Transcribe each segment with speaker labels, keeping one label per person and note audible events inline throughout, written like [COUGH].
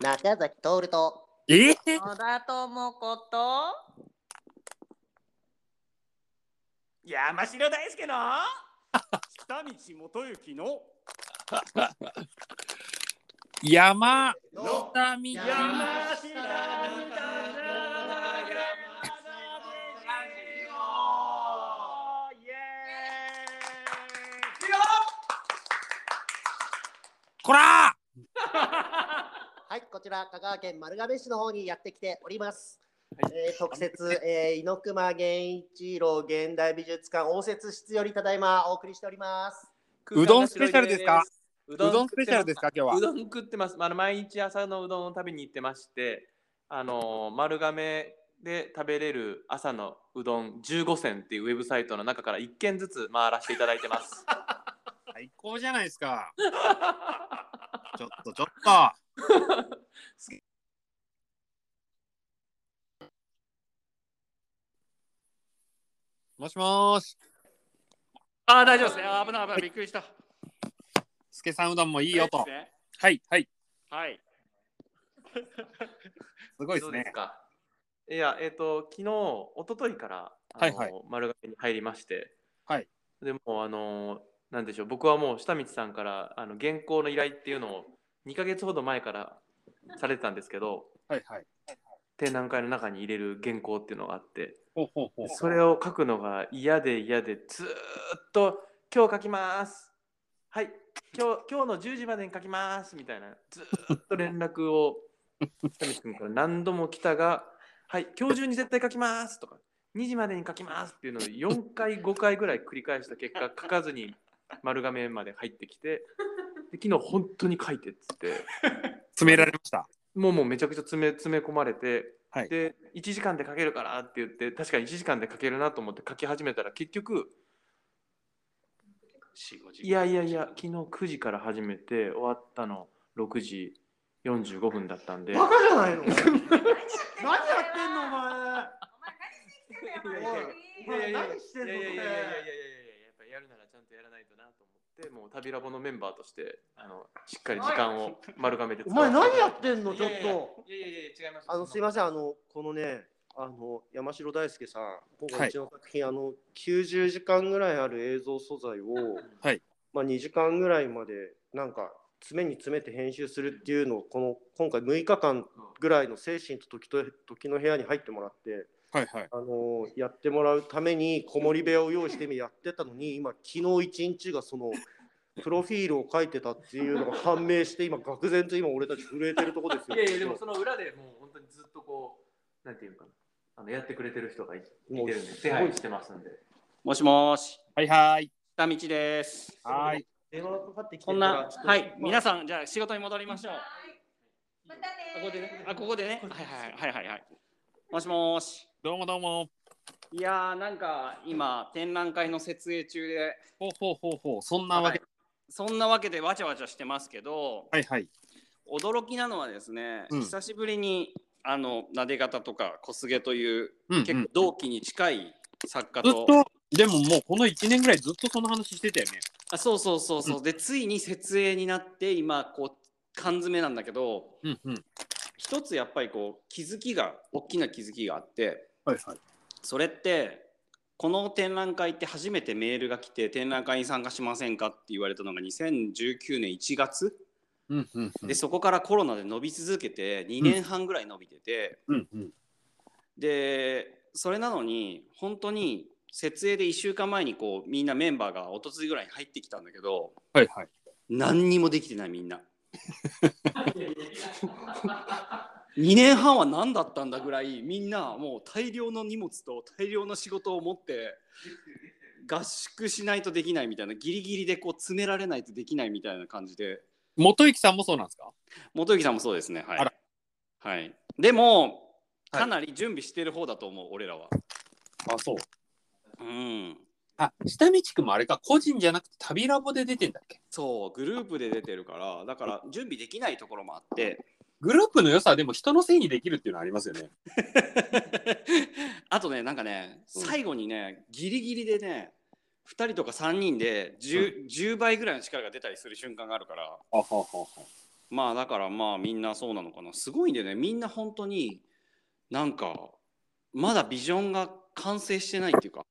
Speaker 1: 中崎徹と
Speaker 2: ええ
Speaker 3: 野田智子と
Speaker 4: 山城大輔の北道元行の
Speaker 2: 山
Speaker 4: の
Speaker 2: 田美
Speaker 4: 山下みたいな山田ラジオイエーイいくよ
Speaker 2: こら
Speaker 1: はいこちら香川県丸亀市の方にやってきております、えー特設、えー、猪熊源一郎現代美術館応接室よりただいまお送りしております
Speaker 2: うどんスペシャルですか
Speaker 5: う
Speaker 2: うどんスペシャルですか
Speaker 5: か
Speaker 2: 今
Speaker 5: う
Speaker 2: 日は
Speaker 5: どん食ってます、まああの、毎日朝のうどんを食べに行ってましてあの丸亀で食べれる朝のうどん15選っていうウェブサイトの中から1軒ずつ回らせていただいてます
Speaker 2: [LAUGHS] 最高じゃないです [LAUGHS] かちょっとちょっともしもーし
Speaker 4: あー大丈夫ですねあー危ない危ないびっくりしたい
Speaker 2: すけさんうどんもいいよとはいはい
Speaker 4: はい
Speaker 2: すごいで
Speaker 5: ど
Speaker 2: す
Speaker 5: うです
Speaker 2: ね
Speaker 5: かいやえっ、と昨日一昨日からあの、
Speaker 2: はいはい
Speaker 5: 丸亀に入りまして
Speaker 2: はい
Speaker 5: でもうあのなんでしょう僕はもう下道さんからあの原稿の依頼っていうのを2ヶ月ほど前からされてたんですけど
Speaker 2: はいはい
Speaker 5: 展覧会の中に入れる原稿っていうのがあって
Speaker 2: ほうほうほう
Speaker 5: それを書くのが嫌で嫌でずーっと「今日書きます」「はい今日今日の10時までに書きます」みたいなずーっと連絡を北見君から何度も来たが「はい今日中に絶対書きます」とか「2時までに書きます」っていうのを4回5回ぐらい繰り返した結果書かずに丸亀まで入ってきてで昨日本当に書いてっつって。
Speaker 2: 詰められました
Speaker 5: もうもうめちゃくちゃ詰め詰め込まれて、
Speaker 2: はい
Speaker 5: で1時間で書けるからって言って確かに1時間で書けるなと思って書き始めたら結局いやいやいや昨日9時から始めて終わったの6時45分だったんで
Speaker 4: バカじゃ
Speaker 1: [LAUGHS]
Speaker 4: ないの
Speaker 3: 何
Speaker 4: 何
Speaker 3: や
Speaker 4: や
Speaker 3: ってんのお
Speaker 5: お
Speaker 3: 前
Speaker 5: 前
Speaker 3: お前
Speaker 5: いやいやい
Speaker 4: お前
Speaker 5: や
Speaker 4: 何してんの
Speaker 5: いやいやいやいやいやい
Speaker 4: こ
Speaker 5: やいややっぱやるならちゃんとやらないとなと思ってもう旅ラボのメンバーとしてあのしっかり時間を丸亀で
Speaker 1: お
Speaker 5: 使わ
Speaker 1: 前
Speaker 5: せていただい
Speaker 1: 何やってんの
Speaker 5: い
Speaker 1: ちょっ
Speaker 5: やいやいや
Speaker 1: と
Speaker 5: いやいやいや違います
Speaker 1: あのすいませ
Speaker 5: ん
Speaker 1: んあのこのねあの山城大輔さん
Speaker 2: は
Speaker 1: 今回
Speaker 2: いう
Speaker 1: ちの作品、あの90時間ぐらいある映像素材を、
Speaker 2: はい
Speaker 1: まあ、2時間ぐらいまでなんか詰めに詰めて編集するっていうのをこの今回6日間ぐらいの精神と時と時の部屋に入ってもらって、
Speaker 2: はいはい
Speaker 1: あのやってもらうために子守部屋を用意してみやってたのに今昨日一日がその。プロフィールを書いてたっていうのが判明して今愕然と今俺たち震えてるとこですよ。
Speaker 5: いやいや、でもその裏でもう本当にずっとこう、なんていうかな、あのやってくれてる人がいいてるん
Speaker 1: もう
Speaker 5: で、手配してますんで。
Speaker 4: もしもーし
Speaker 2: はいはい
Speaker 4: 下道です
Speaker 2: はい
Speaker 1: 電話がかかってきて
Speaker 4: こんなはい皆さんじゃあ仕事に戻りましょう
Speaker 3: また
Speaker 4: あ
Speaker 3: ね
Speaker 4: ここでねあここでねはいはいはいはいはいもしもーし
Speaker 2: どうもどうも
Speaker 4: いやーなんか今展覧会の設営中で
Speaker 2: ほうほうほうほうそんなわけ
Speaker 4: そんなわけでわちゃわちゃしてますけど
Speaker 2: はいはい
Speaker 4: 驚きなのはですね、
Speaker 2: うん
Speaker 4: 久しぶりにあの撫で方とか小菅という、
Speaker 2: うんうん
Speaker 4: 結構同期に近い作家
Speaker 2: ずっ
Speaker 4: と
Speaker 2: とでももうこの1年ぐらいずっとその話してたよね
Speaker 4: あそうそうそうそう、でついに設営になって今こう缶詰なんだけど
Speaker 2: うんうん
Speaker 4: 一つやっぱりこう気づきが大きな気づきがあって
Speaker 2: はいはい
Speaker 4: それってこの展覧会って初めてメールが来て展覧会に参加しませんかって言われたのが2019年1月、
Speaker 2: うんうんうん
Speaker 4: でそこからコロナで伸び続けて2年半ぐらい伸びてて。
Speaker 2: うんうん
Speaker 4: でそれなのに本当に設営で1週間前にこうみんなメンバーが一昨日ぐらいに入ってきたんだけど
Speaker 2: はいはい
Speaker 4: 何にもできてないみんな。2年半は何だったんだぐらいみんなもう大量の荷物と大量の仕事を持って合宿しないとできないみたいなギリギリでこう詰められないとできないみたいな感じで
Speaker 2: 元行さんもそうなんですか
Speaker 4: 元行さんもそうですねは
Speaker 2: あ
Speaker 4: い
Speaker 2: ら、
Speaker 4: はい、でも
Speaker 5: はい
Speaker 4: かなり準備してる方だと思う、俺らは。
Speaker 2: あそう
Speaker 4: うん、
Speaker 2: あ下道くんもあれか個人じゃなくて旅ラボで出てんだっけ
Speaker 4: そうグループで出てるからだから準備できないところもあって
Speaker 2: グループの良さはでも人のせいにできるっていうのはありますよね
Speaker 4: [LAUGHS] あとねなんかね
Speaker 2: うん
Speaker 4: 最後にね、ギリギリでね2人とか3人で 10,、10倍ぐらいの力が出たりする瞬間があるから
Speaker 2: あははは
Speaker 4: まあだからまあみんなそうなのかなすごいんだよねみんな本当になんかまだビジョンが完成してないっていうか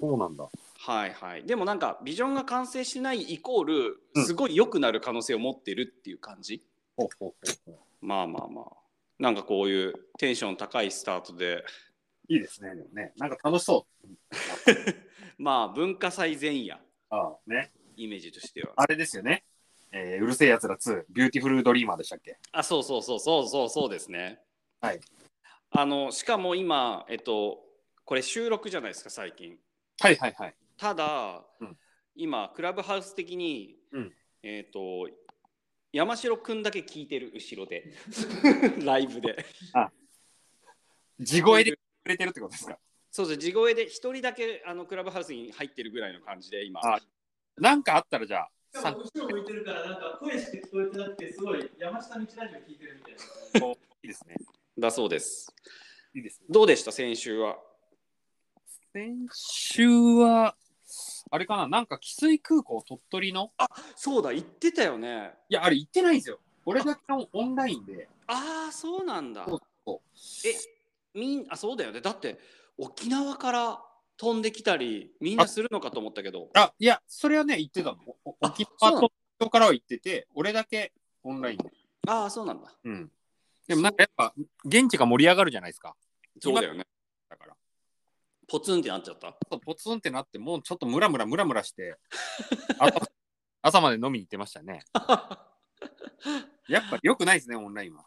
Speaker 6: そうなんだ。
Speaker 4: はいはいでもなんかビジョンが完成してないイコールすごい良くなる可能性を持ってるっていう感じ、
Speaker 6: ほうほうほうほ
Speaker 4: まあまあまあなんかこういうテンション高いスタートで
Speaker 6: ういいですね。でもね、なんか楽しそう。
Speaker 4: まあ文化祭前夜
Speaker 6: ああ、ね。
Speaker 4: イメージとしては
Speaker 6: あれですよね。えーうるせえやつら2、ビューティフルドリーマーでしたっけ
Speaker 4: あそうそうそうそうそうそうですね
Speaker 6: はい
Speaker 4: あのしかも今えっとこれ収録じゃないですか最近
Speaker 6: はいはいはい。
Speaker 4: ただ、
Speaker 6: うん
Speaker 4: 今クラブハウス的に、
Speaker 6: うん
Speaker 4: えっ、と山城くんだけ聞いてる後ろ
Speaker 6: [LAUGHS]
Speaker 4: でライブで
Speaker 6: 地声でくれてるってことですか
Speaker 4: そうです地声で一人だけあのクラブハウスに入ってるぐらいの感じで今
Speaker 6: あなんかあったらじゃあ、
Speaker 7: しかも後ろ向いてるから、なんか声しか聞こえてなくて、すごい山下道ラジオ聞いてるみたいな。
Speaker 6: いいですね。
Speaker 4: だそうです
Speaker 6: いいですね。
Speaker 4: どうでした先週は
Speaker 6: 先週は、あれかな、なんか汽水空港鳥取の、
Speaker 4: そうだ言ってたよね
Speaker 6: いや、あれ行ってないんですよ。俺だけのオンラインで、
Speaker 4: ああそうなんだ
Speaker 6: そうそ
Speaker 4: えみんあそうだよねだって沖縄から飛んできたりみんなするのかと思ったけど
Speaker 6: あ、いや、それはね、行ってたの。おお
Speaker 4: あ
Speaker 6: 沖
Speaker 4: そう
Speaker 6: 縄
Speaker 4: なの
Speaker 6: と東京からは行ってて、俺だけオンラインで。
Speaker 4: ああそうなんだ
Speaker 6: うん。でもなんかやっぱ、現地が盛り上がるじゃないですか。
Speaker 4: そうだよね
Speaker 6: だから。
Speaker 4: ポツンってなっちゃった
Speaker 6: そうポツンってなって、もうちょっとムラムラムラムラ
Speaker 4: [LAUGHS]
Speaker 6: して、朝朝まで飲みに行ってましたね。やっぱ良くないですね、オンラインは。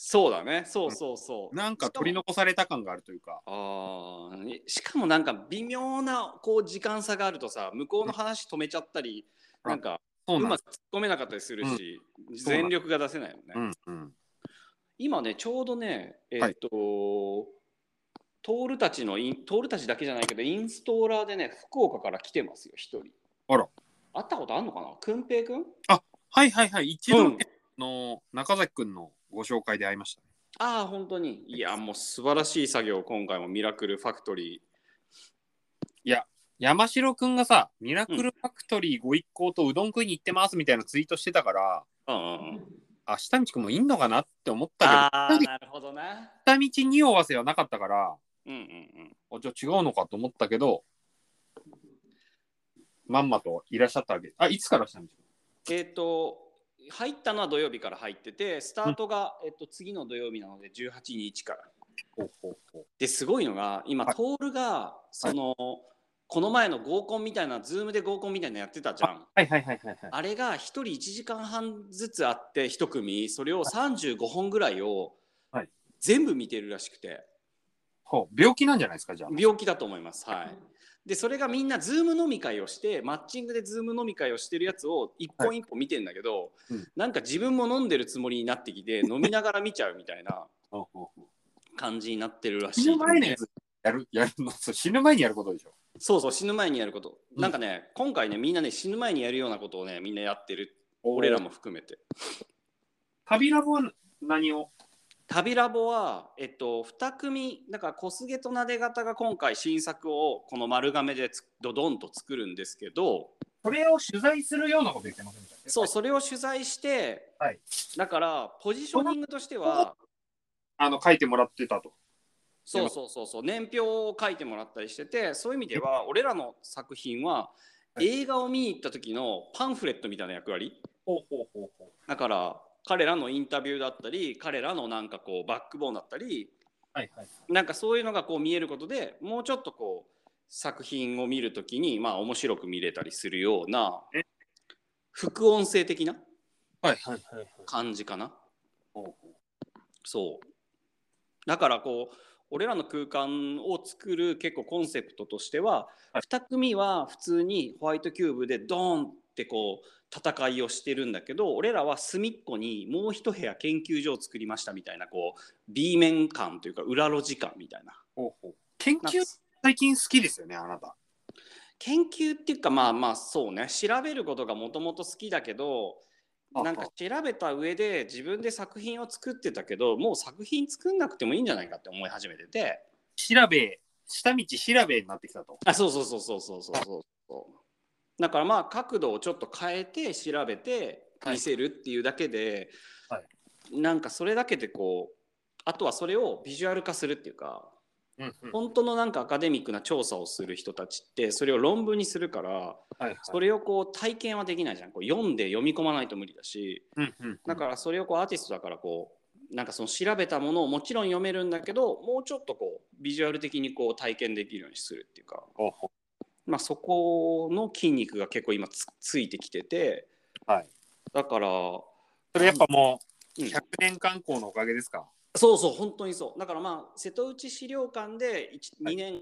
Speaker 4: そうだねそうそうそう
Speaker 6: なんか取り残された感があるというか。
Speaker 4: あーえしかもなんか微妙なこう時間差があるとさ向こうの話止めちゃったり、
Speaker 6: うん
Speaker 4: なんか
Speaker 6: そう
Speaker 4: う
Speaker 6: なん
Speaker 4: ま
Speaker 6: で
Speaker 4: く突っ込めなかったりするし、全力が出せないよね、
Speaker 6: す。うんうん。
Speaker 4: 今ねちょうどねえ
Speaker 6: はい
Speaker 4: っと、トールたちのイントールたちだけじゃないけどインストーラーでね福岡から来てますよ一人
Speaker 6: あら
Speaker 4: 会ったことあんのかなくんぺいくん
Speaker 6: はいはいはい。一度、
Speaker 4: うん
Speaker 6: あの中崎くんのご紹介で会いました、ね。
Speaker 4: ああ本当にいやもう素晴らしい作業今回もミラクルファクトリー
Speaker 6: 山城くんがさ、ミラクルファクトリーご一行とうどん食いに行ってますみたいなツイートしてたから、
Speaker 4: うんうんうん
Speaker 6: あ、下道くんもいんのかなって思った
Speaker 4: ああなるほどな
Speaker 6: けど、下道におわせはなかったから、
Speaker 4: うんうんうん
Speaker 6: あじゃあ違うのかと思ったけど、まんまといらっしゃったわけ。あ、いつから下道くん
Speaker 4: えっ、と入ったのは土曜日から入っててスタートが、えっと次の土曜日なので18日から。
Speaker 6: ほうほうほう。
Speaker 4: ですごいのが今、
Speaker 6: はい
Speaker 4: トールがその、この前の合コンみたいなズームで合コンみたいなのやってたじゃん。
Speaker 6: はいはいはいはいはい。
Speaker 4: あれが1人1時間半ずつあって1組それを35本ぐらいを
Speaker 6: はい
Speaker 4: 全部見てるらしくて
Speaker 6: ほう病気なんじゃないですか、じゃあ。
Speaker 4: 病気だと思います。はいでそれがみんなズーム飲み会をしてマッチングでズーム飲み会をしてるやつを一本一本見てんだけど、
Speaker 6: うん
Speaker 4: なんか自分も飲んでるつもりになってきて飲みながら見ちゃうみたいな
Speaker 6: ほうほうほう
Speaker 4: 感じになってるらしい。
Speaker 6: 死ぬ前のやつやる、やるの、そう死ぬ前にやることでしょ。
Speaker 4: そうそう死ぬ前にやること、
Speaker 6: うん
Speaker 4: なんかね今回ねみんなね死ぬ前にやるようなことをねみんなやってる俺らも含めて
Speaker 6: 旅ラボは何を
Speaker 4: 旅ラボはえっと2組だから小菅となで方が今回新作をこの丸亀でつドドンと作るんですけど
Speaker 6: それを取材するようなこと言ってませんでしたっけ
Speaker 4: そうそれを取材して、
Speaker 6: はい
Speaker 4: だからポジショニングとしては
Speaker 6: あの書いてもらってたと。
Speaker 4: そうそうそうそう年表を書いてもらったりしててそういう意味では俺らの作品は映画を見に行った時のパンフレットみたいな役割
Speaker 6: ほうほうほうほう。
Speaker 4: だから彼らのインタビューだったり彼らのなんかこうバックボーンだったり
Speaker 6: はいはい。
Speaker 4: なんかそういうのがこう見えることでもうちょっとこう作品を見るときにまあ面白く見れたりするような
Speaker 6: え
Speaker 4: 副音声的な
Speaker 6: はいはいはい。
Speaker 4: 感じかな
Speaker 6: ほうほ
Speaker 4: そうだからこう俺らの空間を作る結構コンセプトとしては、
Speaker 6: は
Speaker 4: 2組は普通にホワイトキューブでドーンってこう戦いをしてるんだけど俺らは隅っこにもう一部屋研究所を作りましたみたいなこう B 面感というか裏路地感みたいな
Speaker 6: ほうほう。研
Speaker 4: なんか
Speaker 6: 究最近好きですよね、あなた。
Speaker 4: 研究っていうかまあまあそうね調べることがもともと好きだけど
Speaker 6: あ
Speaker 4: なんか調べた上で自分で作品を作ってたけどもう作品作んなくてもいいんじゃないかって思い始めてて
Speaker 6: 調べ、下道調べになってきたと。
Speaker 4: あそうそうそうそうそうそうそうだからまあ角度をちょっと変えて調べて見せるっていうだけで、
Speaker 6: は
Speaker 4: なんかそれだけでこうあとはそれをビジュアル化するっていうか
Speaker 6: うんうん
Speaker 4: 本当のなんかアカデミックな調査をする人たちってそれを論文にするから
Speaker 6: はいはい
Speaker 4: それをこう体験はできないじゃんこう読んで読み込まないと無理だし
Speaker 6: うんうん
Speaker 4: だからそれをこうアーティストだからこうなんかその調べたものをもちろん読めるんだけどもうちょっとこうビジュアル的にこう体験できるようにするっていうか、
Speaker 6: ほうほ
Speaker 4: まあ、そこの筋肉が結構今つついてきてて、
Speaker 6: はい
Speaker 4: だから、
Speaker 6: それやっぱもう
Speaker 4: うん
Speaker 6: 100年観光のおかげですか
Speaker 4: そうそう本当にそうだからまあ瀬戸内資料館で2年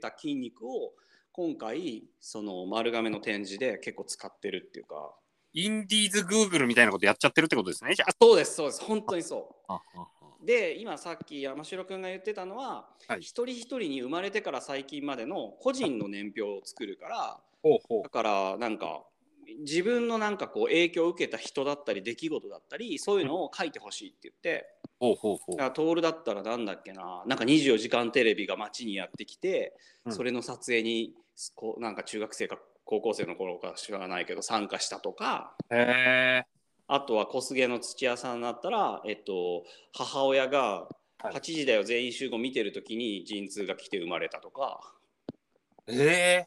Speaker 4: た筋肉を今回その丸亀の展示で結構使ってるっていうか
Speaker 6: インディーズグーグルみたいなことやっちゃってるってことですねじゃ
Speaker 4: あそうですそうです本当にそう
Speaker 6: あ。
Speaker 4: で今さっき山城君が言ってたのは、
Speaker 6: はい
Speaker 4: 一人一人に生まれてから最近までの個人の年表を作るから
Speaker 6: ほうほう
Speaker 4: だからなんか自分のなんかこう影響を受けた人だったり出来事だったりそういうのを書いてほしいって言って
Speaker 6: ほうほうほう
Speaker 4: だ。からトールだったらなんだっけななんか『24時間テレビ』が街にやってきて、
Speaker 6: うん
Speaker 4: それの撮影にこうなんか中学生か高校生の頃か知らないけど参加したとか。
Speaker 6: へえ。
Speaker 4: あとは小菅の土屋さんだったら、えっと、母親が
Speaker 6: はい
Speaker 4: 8時だよ全員集合見てる時に陣痛が来て生まれたとか、
Speaker 6: ええ。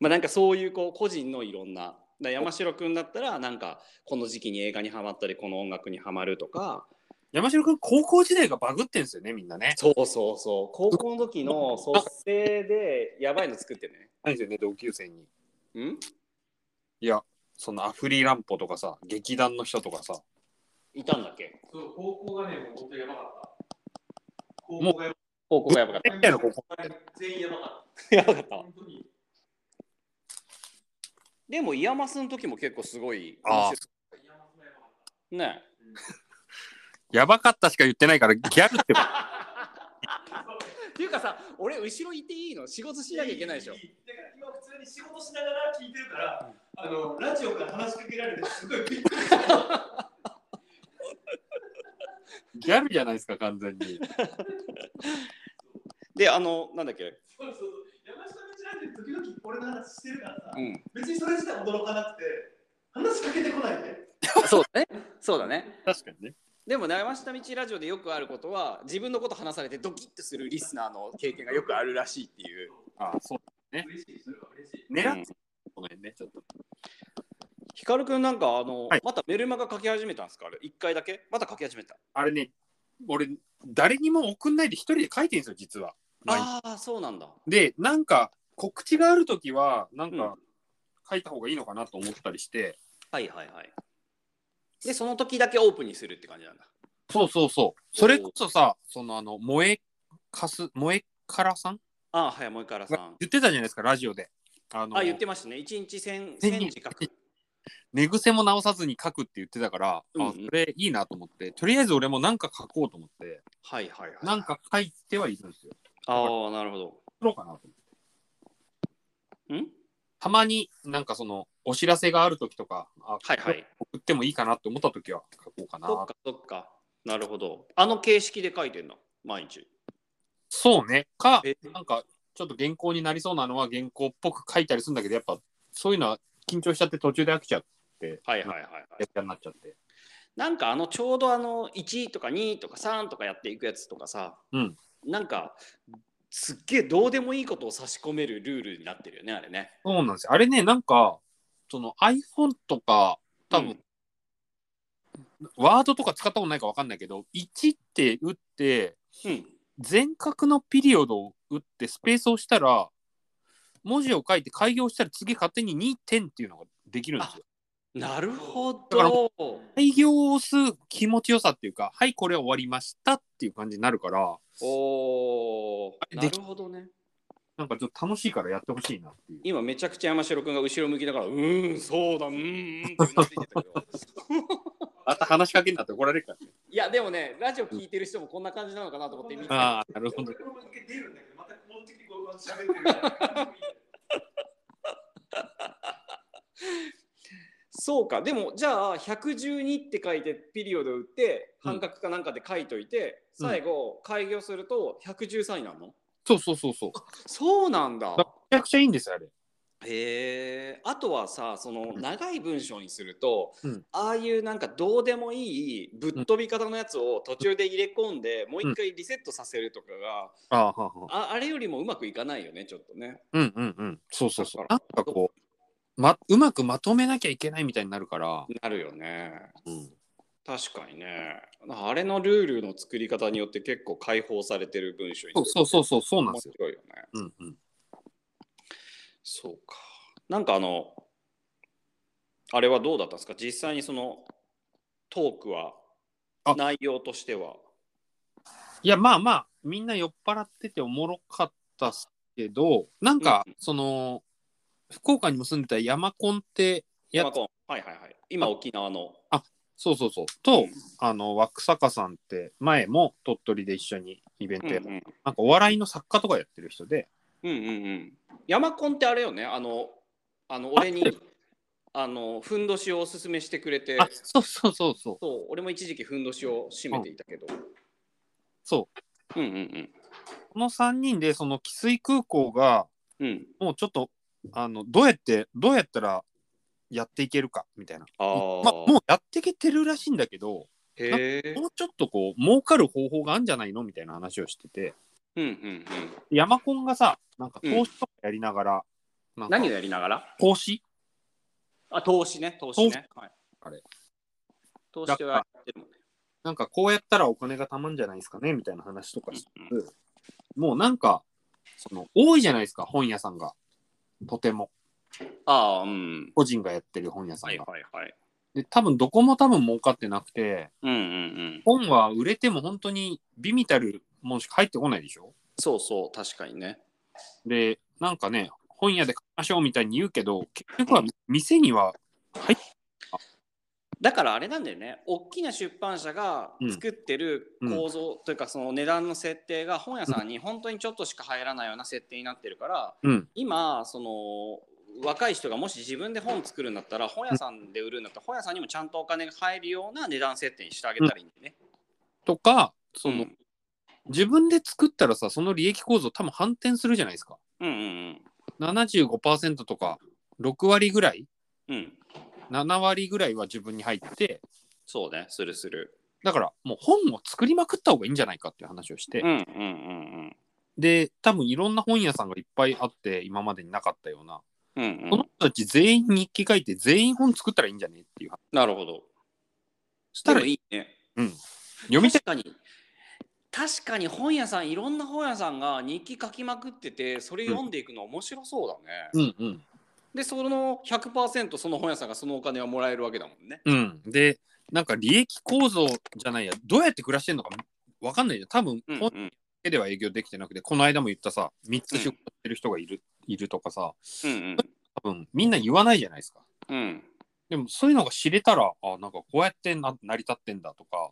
Speaker 4: まあ、なんかそういうこう個人のいろんなだから山城君だったらなんかこの時期に映画にハマったりこの音楽にハマるとか
Speaker 6: 山城君高校時代がバグってんですよねみんなね。
Speaker 4: そうそうそう高校の時の卒生でやばいの作って
Speaker 6: ないですよね同級生に。
Speaker 4: ねん
Speaker 6: いやそのアフリーランポとかさ劇団の人とかさ。
Speaker 4: いたんだっけ
Speaker 7: そう、高校がね、もう本当やばかった。高
Speaker 6: もう
Speaker 7: 校がや
Speaker 4: 高校がやばかっ
Speaker 6: えみたいな高校
Speaker 7: ばかった。全員やばかった
Speaker 4: [LAUGHS] やばかった
Speaker 7: た。本当に。
Speaker 4: でもイヤマスの時も結構すごい
Speaker 6: ああ
Speaker 7: 山本もやばかっ
Speaker 4: ね
Speaker 7: た。
Speaker 6: やばかったしか言ってないからギャルって。
Speaker 4: っていうかさ俺後ろいていいの仕事しなきゃいけないでしょ
Speaker 7: だから今普通に仕事しながら聞いてるから、あのラジオから話しかけられてすごいびっくりした
Speaker 6: [LAUGHS] ギャルじゃないですか完全に。
Speaker 4: であのなんだっけ
Speaker 7: そうそうそう山下道ラジオで時々俺の話してるからさ、
Speaker 4: うん
Speaker 7: 別にそれ自体驚かなくて、話しかけてこないで。
Speaker 4: そうだね。そうだね。
Speaker 6: 確かにね。
Speaker 4: でも、山下道ラジオでよくあることは、自分のこと話されてドキッとするリスナーの経験がよくあるらしいっていう。
Speaker 6: あそう。
Speaker 7: 嬉しい、それは嬉しい。
Speaker 6: 狙ってこの辺ねちょっと。
Speaker 4: ヒカルくんなんか、あの、
Speaker 6: はい
Speaker 4: またメルマガ書き始めたんですかあれ、一回だけまた書き始めた。
Speaker 6: あれね俺誰にも送んないで一人で書いてるんですよ実は。
Speaker 4: ああ、そうなんだ。
Speaker 6: でなんか告知がある時はなん
Speaker 4: う
Speaker 6: か書いた方がいいのかなと思ったりして、
Speaker 4: はいはいはい。で、その時だけオープンにするって感じなんだ。
Speaker 6: そうそうそうそれこそさそのあの萌えかす萌えからさん
Speaker 4: ああ、はい、もう一回らさん。
Speaker 6: 言ってたじゃないですかラジオであの
Speaker 4: あ言ってましたね。一日千
Speaker 6: 千
Speaker 4: 千
Speaker 6: 人
Speaker 4: 字書く。
Speaker 6: 寝癖も直さずに書くって言ってたから、
Speaker 4: うんうん
Speaker 6: あそれいいなと思ってとりあえず俺もなんか書こうと思って
Speaker 4: はいはいはい。
Speaker 6: なんか書いてはいるんですよ
Speaker 4: ああ、なるほど。
Speaker 6: 作ろうかなと思って
Speaker 4: ん
Speaker 6: たまになんかそのお知らせがある時とかあ
Speaker 4: はいはい。
Speaker 6: 送ってもいいかなって思った時は書こうかな
Speaker 4: そっかそっか。なるほど。あの形式で書いてんの毎日。
Speaker 6: そうね。か
Speaker 4: え、
Speaker 6: なんか、ちょっと原稿になりそうなのは原稿っぽく書いたりするんだけど、やっぱ、そういうのは緊張しちゃって途中で飽きちゃって、
Speaker 4: はいはいはい、はい。
Speaker 6: やっちゃになっちゃって。
Speaker 4: なんかあのちょうどあの1とか2とか3とかやっていくやつとかさ、
Speaker 6: うん
Speaker 4: なんかすっげえどうでもいいことを差し込めるルールになってるよねあれね。
Speaker 6: そうなんですよ。あれね、なんか、その iPhone とか、多
Speaker 4: う
Speaker 6: 分
Speaker 4: ん、
Speaker 6: ワードとか使ったことないか分かんないけど、1って打って、
Speaker 4: うん、
Speaker 6: 全角のピリオドを打って、スペースを押したら、文字を書いて開業したら次勝手に2点っていうのができるんですよ。
Speaker 4: なるほ
Speaker 6: だから
Speaker 4: ど。
Speaker 6: 開業を押す気持ちよさっていうか、はい、これ終わりましたっていう感じになるから、
Speaker 4: おお
Speaker 6: れ
Speaker 4: なるほどね。
Speaker 6: なんかちょっと楽しいからやってほしいなっていう。
Speaker 4: 今めちゃくちゃ山城君が後ろ向きだからうーんそうだうーんってうなずいてたけど
Speaker 6: また話しかけんなって怒られるから、ね。
Speaker 4: いやでもねラジオ聞いてる人もこんな感じなのかなと思って見てた
Speaker 6: ああ、なるほど。
Speaker 7: 俺も一回出るんだけど、また戻ってきてこう喋ってるから。
Speaker 4: そうかでもじゃあ112って書いてピリオド打って
Speaker 6: うん
Speaker 4: 半角かなんかで書いといて、
Speaker 6: うん
Speaker 4: 最後開業すると113になるの
Speaker 6: そうそうそうそう。
Speaker 4: そうなんだ
Speaker 6: めちゃくちゃいいんですよ、あれ。
Speaker 4: へえあとはさその長い文章にすると、
Speaker 6: うん
Speaker 4: ああいうなんかどうでもいいぶっ飛び方のやつを途中で入れ込んで、もう一回リセットさせるとかが、
Speaker 6: ああ、はあはあ。
Speaker 4: ああれよりもうまくいかないよねちょっとね。
Speaker 6: うんうんうん。そうそうそう。な
Speaker 4: だ
Speaker 6: ん
Speaker 4: か
Speaker 6: か
Speaker 4: ら
Speaker 6: こう、ま、うまくまとめなきゃいけないみたいになるから。
Speaker 4: なるよね。
Speaker 6: うん。
Speaker 4: 確かにね。あれのルールの作り方によって結構解放されてる文章に
Speaker 6: そうそうそうそう、そうなん
Speaker 4: 面
Speaker 6: ですよ。
Speaker 4: 白いよね。
Speaker 6: うんうん。
Speaker 4: そうか。なんかあの、あれはどうだったんですか実際にそのトークは
Speaker 6: あ、
Speaker 4: 内容としては。
Speaker 6: いや、まあまあ、みんな酔っ払ってておもろかったっすけど、なんか、その、福岡にも住んでた山コンって、や
Speaker 4: マコンはいはいはい。今沖縄の。
Speaker 6: そうそうそう、と、あの、枠坂さんって、前も鳥取で一緒にイベントやっ
Speaker 4: うん
Speaker 6: なんかお笑いの作家とかやってる人で、
Speaker 4: うんうんうん。山コンってあれよね。あの、あの俺に、あの、ふんどしをおすすめしてくれて、
Speaker 6: あ、そうそうそうそう、
Speaker 4: そう、俺も一時期ふんどしを締めていたけど。
Speaker 6: そ
Speaker 4: うんうん
Speaker 6: う、この3人で、その、汽水空港が、
Speaker 4: うん。うん。
Speaker 6: もうちょっと、あの、どうやって、どうやったらやっていけるか、みたいな。
Speaker 4: ああ。
Speaker 6: まあ、もうやっていけてるらしいんだけど、
Speaker 4: へえ。
Speaker 6: もうちょっとこう、儲かる方法があるんじゃないのみたいな話をしてて、
Speaker 4: うんうんうん。
Speaker 6: ヤマコンがさ、なんか投資とかやりながら、なんか
Speaker 4: 何をやりながら
Speaker 6: 投資
Speaker 4: あ、投資ね、投資ね。はい、
Speaker 6: あれ。
Speaker 4: 投資はやってるもんね。
Speaker 6: なんかこうやったらお金が貯まんじゃないですかねみたいな話とかしつつ、もうなんか、その、多いじゃないですか、本屋さんが。とても、
Speaker 4: ああ、うん。
Speaker 6: 個人がやってる本屋さ
Speaker 4: は
Speaker 6: ん
Speaker 4: い
Speaker 6: が。
Speaker 4: はいはい。
Speaker 6: で、多分どこも多分儲かってなくて、
Speaker 4: うんうんうん。
Speaker 6: 本は売れても本当に微々たるもんしか入ってこないでしょ
Speaker 4: そうそう、確かにね。
Speaker 6: で、なんかね、本屋で買いましょうみたいに言うけど、結局は店には
Speaker 4: だからあれなんだよね、大きな出版社が作ってる構造というか、その値段の設定が本屋さんに本当にちょっとしか入らないような設定になってるから、
Speaker 6: うん
Speaker 4: 今、その若い人がもし自分で本作るんだったら、本屋さんで売るんだったら、本屋さんにもちゃんとお金が入るような値段設定にしてあげたらいいんだよね。
Speaker 6: とか、
Speaker 4: そ
Speaker 6: その、自分で作ったらさ、その利益構造多分反転するじゃないですか。
Speaker 4: うんうん
Speaker 6: 75%とか、6割ぐらい、
Speaker 4: うん。うん。
Speaker 6: 7割ぐらいは自分に入って、
Speaker 4: そうね、するする。
Speaker 6: だからもう本を作りまくった方がいいんじゃないかっていう話をして、
Speaker 4: うんうんうん
Speaker 6: で、多分いろんな本屋さんがいっぱいあって、今までになかったような、
Speaker 4: うん。うんう
Speaker 6: この
Speaker 4: ん、
Speaker 6: 人たち全員日記書いて全員本作ったらいいんじゃねっていう。
Speaker 4: なるほど。
Speaker 6: したら
Speaker 4: でもいいね。
Speaker 6: 読みたい
Speaker 4: 確かに確かに本屋さんいろんな本屋さんが日記書きまくっててそれ読んでいくの面白そうだね、
Speaker 6: うんうん。
Speaker 4: でその100%その本屋さんがそのお金はもらえるわけだもんね
Speaker 6: うん。で、なんか利益構造じゃないや、どうやって暮らしてんのかわかんないじゃん。多分、
Speaker 4: うんう
Speaker 6: 本だ
Speaker 4: ん
Speaker 6: けでは営業できてなくて、この間も言ったさ、3つ仕事してる人がいる,、いるとかさ、
Speaker 4: うん
Speaker 6: 多分みんな言わないじゃないですか。
Speaker 4: うんうん
Speaker 6: でもそういうのが知れたら、あなんかこうやってな成り立ってんだとか、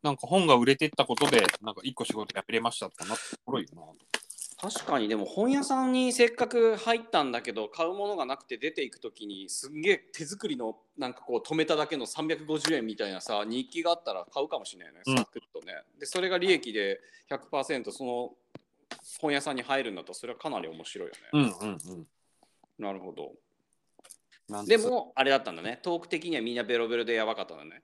Speaker 6: なんか本が売れてったことで、なんか一個仕事やめれましたとかなっておもろいよなと。
Speaker 4: 確かにでも本屋さんにせっかく入ったんだけど買うものがなくて出ていく時にすんげえ手作りのなんかこう止めただけの350円みたいなさ日記があったら買うかもしれないね
Speaker 6: うん
Speaker 4: サクッとね、でそれが利益で100%その本屋さんに入るんだったらそれはかなり面白いよね、
Speaker 6: うんうん
Speaker 4: なるほど。
Speaker 6: うん。なんつ
Speaker 4: でも、あれだったんだね。トーク的にはみんなベロベロでやばかったんだね。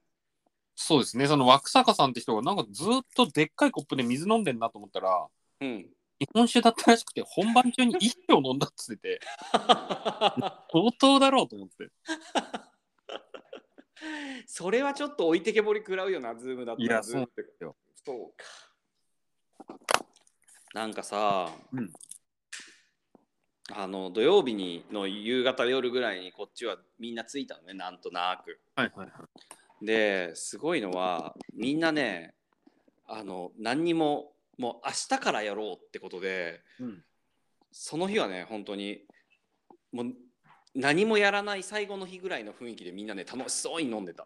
Speaker 6: そうですね、その枠坂さんって人が、なんかずっとでっかいコップで水飲んでんなと思ったら、
Speaker 4: うん。
Speaker 6: 日本酒だったらしくて、本番中に一票飲んだっつって [LAUGHS] て、相当だろうと思って。
Speaker 4: それはちょっと置いてけぼり食らうよな、ズームだったら。
Speaker 6: いや
Speaker 4: ズームって
Speaker 6: すよ
Speaker 4: そうか。なんかさ、
Speaker 6: うん
Speaker 4: あの土曜日にの夕方夜ぐらいにこっちはみんな着いたのね、なんとなく。
Speaker 6: はいはいはい。
Speaker 4: ですごいのはみんなねあの何にももう明日からやろうってことで、
Speaker 6: うん
Speaker 4: その日はね本当にもう何もやらない最後の日ぐらいの雰囲気でみんなね楽しそうに飲んでた、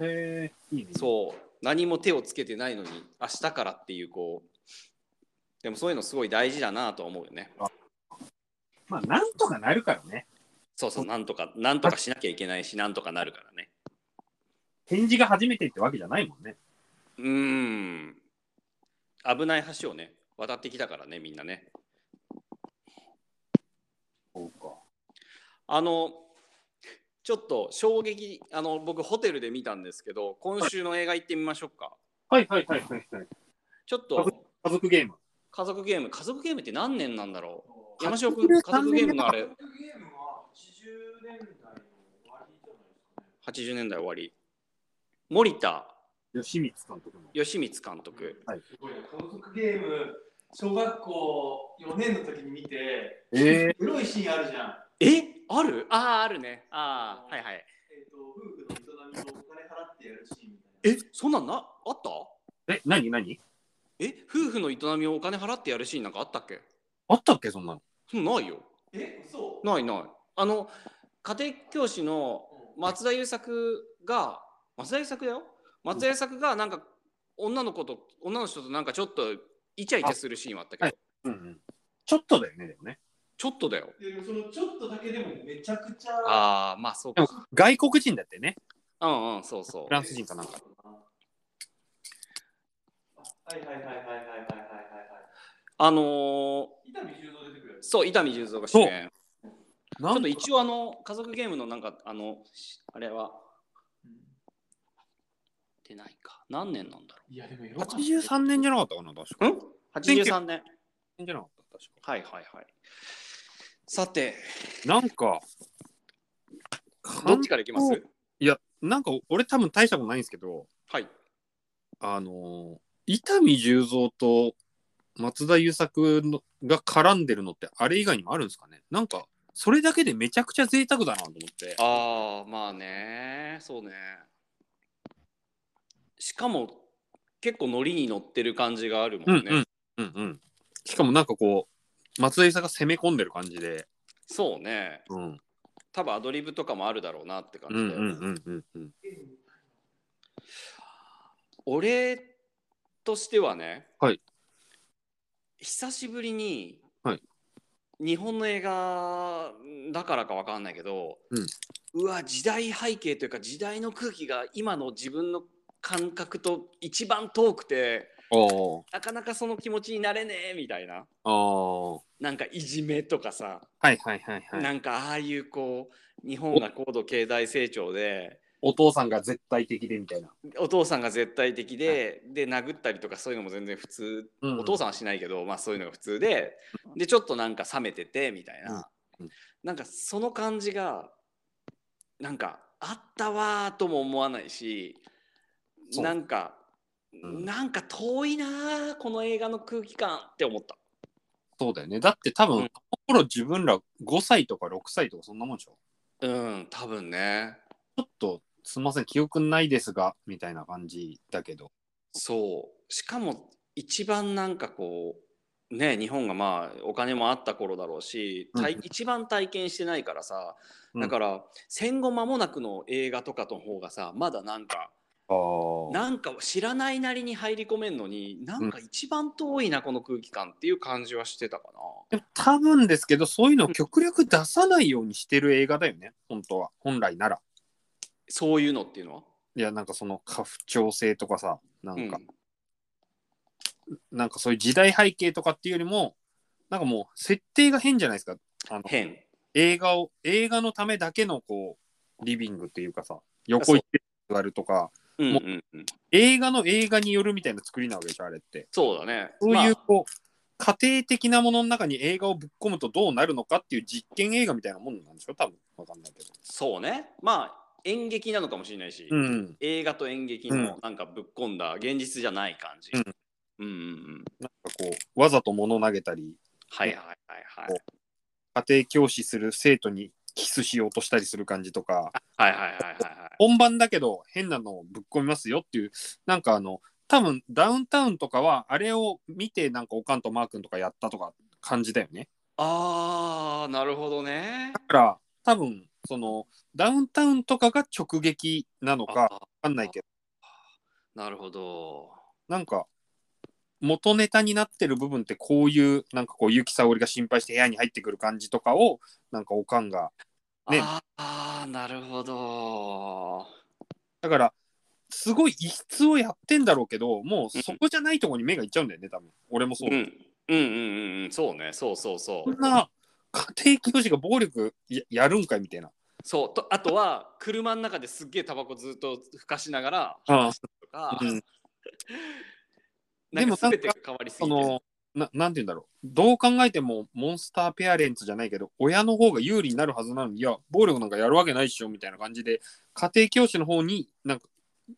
Speaker 6: へえ、いいね。う。
Speaker 4: そう何も手をつけてないのに明日からっていうこうでもそういうのすごい大事だなとは思うよね
Speaker 6: まあ、なんとかなるからね。
Speaker 4: そうそうなんとかなんとかしなきゃいけないしなんとかなるからね
Speaker 6: 返事が初めてってわけじゃないもんね。
Speaker 4: うーん危ない橋をね渡ってきたからねみんなね
Speaker 6: そうか。
Speaker 4: あのちょっと衝撃あの僕ホテルで見たんですけど今週の映画行ってみましょうか
Speaker 6: はいはいはいはいはい。
Speaker 4: ちょっと
Speaker 6: 家族ゲーム。
Speaker 4: 家族ゲーム家族ゲームって何年なんだろう
Speaker 6: 家
Speaker 4: 山
Speaker 6: 族
Speaker 4: 城
Speaker 6: ゲー
Speaker 4: 君
Speaker 6: ム
Speaker 4: 家族ゲームのあれ
Speaker 7: ゲームは80年代の終わりじゃないですかね。
Speaker 4: 80年代終わり森田
Speaker 6: 吉光監督の。
Speaker 4: 義満監督
Speaker 7: すごいな、家族ゲーム、小学校4年の時に見て、
Speaker 6: ええ
Speaker 7: エロいシーンあるじゃん。
Speaker 4: えあるあああるねああはいはい
Speaker 7: えっと夫婦の営みをお金払ってやるシーンみたいな。
Speaker 4: えそんなんなあった
Speaker 6: え、何何
Speaker 4: え夫婦の営みをお金払ってやるシーンなんかあったっけ
Speaker 6: あったっけ、そんなの。
Speaker 4: そんなんないよ
Speaker 7: え、嘘
Speaker 4: ないないあの家庭教師の松田優作が松田優作だよ松田優作がなんか女の子と女の人となんかちょっとイチャイチャするシーンはあったけど、
Speaker 6: はいうんうん。ちょっとだよね、でもね。
Speaker 4: ちょっとだよ
Speaker 7: でもそのちょっとだけでもめちゃくちゃ。
Speaker 4: ああまあそう
Speaker 6: で
Speaker 4: か
Speaker 6: も外国人だってね。
Speaker 4: うんうんそうそう
Speaker 6: フランス人かなんか。
Speaker 7: はいはいはいはいはいはいはいはい。
Speaker 4: あのー、
Speaker 7: 伊丹十三出てくるやつ。
Speaker 4: そう伊丹十三が主演ち
Speaker 6: なん
Speaker 4: ょっと
Speaker 6: と
Speaker 4: 一応あの家族ゲームのなんかあのしあれは出ないか何年なんだろ
Speaker 7: いやでもよかった
Speaker 6: 83年じゃなかったかな、確か。
Speaker 4: う83年
Speaker 6: 年じゃなかった、確か。
Speaker 4: はいはいはいさて
Speaker 6: なんか、
Speaker 4: どっちからいきま
Speaker 6: 韓
Speaker 4: す
Speaker 6: 国いや、なんか俺多分大したことないんですけど、
Speaker 4: はい
Speaker 6: あのー、伊丹十三と松田優作のが絡んでるのってあれ以外にもあるんですかねなんか、それだけでめちゃくちゃ贅沢だなと思って。
Speaker 4: ああまあねそうねしかも結構ノリに乗ってる感じがあるも
Speaker 6: うん
Speaker 4: ん
Speaker 6: う
Speaker 4: ね、
Speaker 6: んうんうん。しかもなんかこう、松田優作が攻め込んでる感じで。
Speaker 4: そうね
Speaker 6: うん
Speaker 4: 多分アドリブとかもあるだろうなって感
Speaker 6: う
Speaker 4: じ
Speaker 6: ん
Speaker 4: で、
Speaker 6: うんうんうんうん。
Speaker 4: 俺としてはね、
Speaker 6: はい
Speaker 4: 久しぶりに、
Speaker 6: はい
Speaker 4: 日本の映画だからかわかんないけど、
Speaker 6: うん
Speaker 4: うわ時代背景というか時代の空気が今の自分の感覚と一番遠くて
Speaker 6: お
Speaker 4: なかなかその気持ちになれねえみたいな
Speaker 6: ああ。は
Speaker 4: なんかいじめとかさ、
Speaker 6: いはいはいはい。
Speaker 4: なんかああいうこう日本が高度経済成長で。
Speaker 6: お父さんが絶対的でみたいな。
Speaker 4: お父さんが絶対的で、で殴ったりとかそういうのも全然普通、
Speaker 6: うん
Speaker 4: お父さんはしないけど、まあ、そういうのが普通ででちょっとなんか冷めててみたいな、
Speaker 6: うんうん
Speaker 4: なんかその感じがなんかあったわーとも思わないし
Speaker 6: そう
Speaker 4: なんか、
Speaker 6: ん
Speaker 4: なんか遠いなーこの映画の空気感って思った
Speaker 6: そうだよね。だって多
Speaker 4: う
Speaker 6: 分、
Speaker 4: ん
Speaker 6: この頃自分ら5歳とか6歳とかそんなもんでしょ
Speaker 4: うん多分ね
Speaker 6: ちょっとすみません、記憶ないですが、みたいな感じだけど。
Speaker 4: そうしかも一番なんかこうね日本がまあお金もあった頃だろうし、体
Speaker 6: うん
Speaker 4: 一番体験してないからさ
Speaker 6: うん
Speaker 4: だから戦後間もなくの映画とかの方がさまだなんか
Speaker 6: ああ。
Speaker 4: なんか知らないなりに入り込めんのになんか一番遠いなこの空気感っていう感じはしてたか
Speaker 6: でも多分ですけど、そういうのを極力出さないようにしてる映画だよね、本当は。本来なら。
Speaker 4: なそういうのっていうのは。
Speaker 6: いや、なんかその過不調性とかさ、なんか、なんかそういう時代背景とかっていうよりも、なんかもう設定が変じゃないですか。あの
Speaker 4: 変
Speaker 6: 映画を、映画のためだけのこう、リビングっていうかさ、横行って座るとか、
Speaker 4: うんう
Speaker 6: も
Speaker 4: んうん、
Speaker 6: 映画の映画によるみたいな作りなわけでしょ、あれって。
Speaker 4: そうだね
Speaker 6: そういう
Speaker 4: まあ
Speaker 6: こう、家庭的なものの中に映画をぶっ込むとどうなるのかっていう実験映画みたいなもんなんでしょ多分わかんないけど。
Speaker 4: そうねまあ演劇なのかもしれないし、
Speaker 6: うん。
Speaker 4: 映画と演劇のなんかぶっ込んだ現実じゃない感じ。うん、うん、うん。
Speaker 6: なんかこう、わざと物投げたり、
Speaker 4: はいはいはいはい。
Speaker 6: 家庭教師する生徒にキスしようとしたりする感じとか、
Speaker 4: はいはいはいはいはい。
Speaker 6: 本番だけど変なのをぶっ込みますよっていう、なんかあの、多分ダウンタウンとかはあれを見てなんかおかんとマー君とかやったとか感じだよね。
Speaker 4: あー、なるほどね。
Speaker 6: だから多分そのダウンタウンとかが直撃なのかわ
Speaker 4: あ
Speaker 6: かんないけど
Speaker 4: なるほど。
Speaker 6: なんか、元ネタになってる部分ってこういう、なんかこう、ゆきさおりが心配して部屋に入ってくる感じとかを、なんかおかんが。ね
Speaker 4: ああー、なるほど。
Speaker 6: だから、すごい異質をやってんだろうけど、もうそこじゃないところに目がいっちゃうんだよね、多分。俺もそうう。
Speaker 4: ん、うんうんうんうん、そうね、そうそうそ
Speaker 6: こ
Speaker 4: う。
Speaker 6: んな家庭教師が暴力ややるんかいみたいな。
Speaker 4: そうとあとは車の中ですっげえタバコずっとふかしながら
Speaker 6: あ
Speaker 4: とか、
Speaker 6: うんで
Speaker 4: なんか
Speaker 6: も
Speaker 4: 全てが変わりす
Speaker 6: そ
Speaker 4: ぎてる
Speaker 6: のな、なんて言うんだろう。どう考えてもモンスターペアレンツじゃないけど、親の方が有利になるはずなのに、いや、暴力なんかやるわけないっしょみたいな感じで、家庭教師の方になんか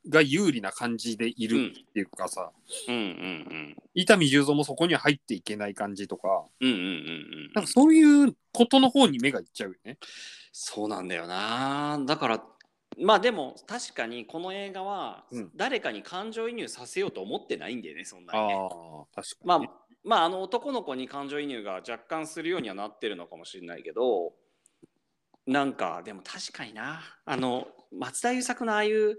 Speaker 6: が有利な感じでいるっていうかさ、
Speaker 4: うんうん
Speaker 6: 伊丹十三もそこには入っていけない感じとか、
Speaker 4: うんうんうんうんう
Speaker 6: なん
Speaker 4: ん
Speaker 6: かそういうことの方に目がいっちゃうよね。
Speaker 4: そうなんだよなだからまあでも確かにこの映画は
Speaker 6: うん
Speaker 4: 誰かに感情移入させようと思ってないんだよねそんなにね、
Speaker 6: ああ、確
Speaker 4: ま
Speaker 6: かにね、
Speaker 4: あまああの男の子に感情移入が若干するようにはなってるのかもしれないけどなんかでも確かになあの松田優作のああいう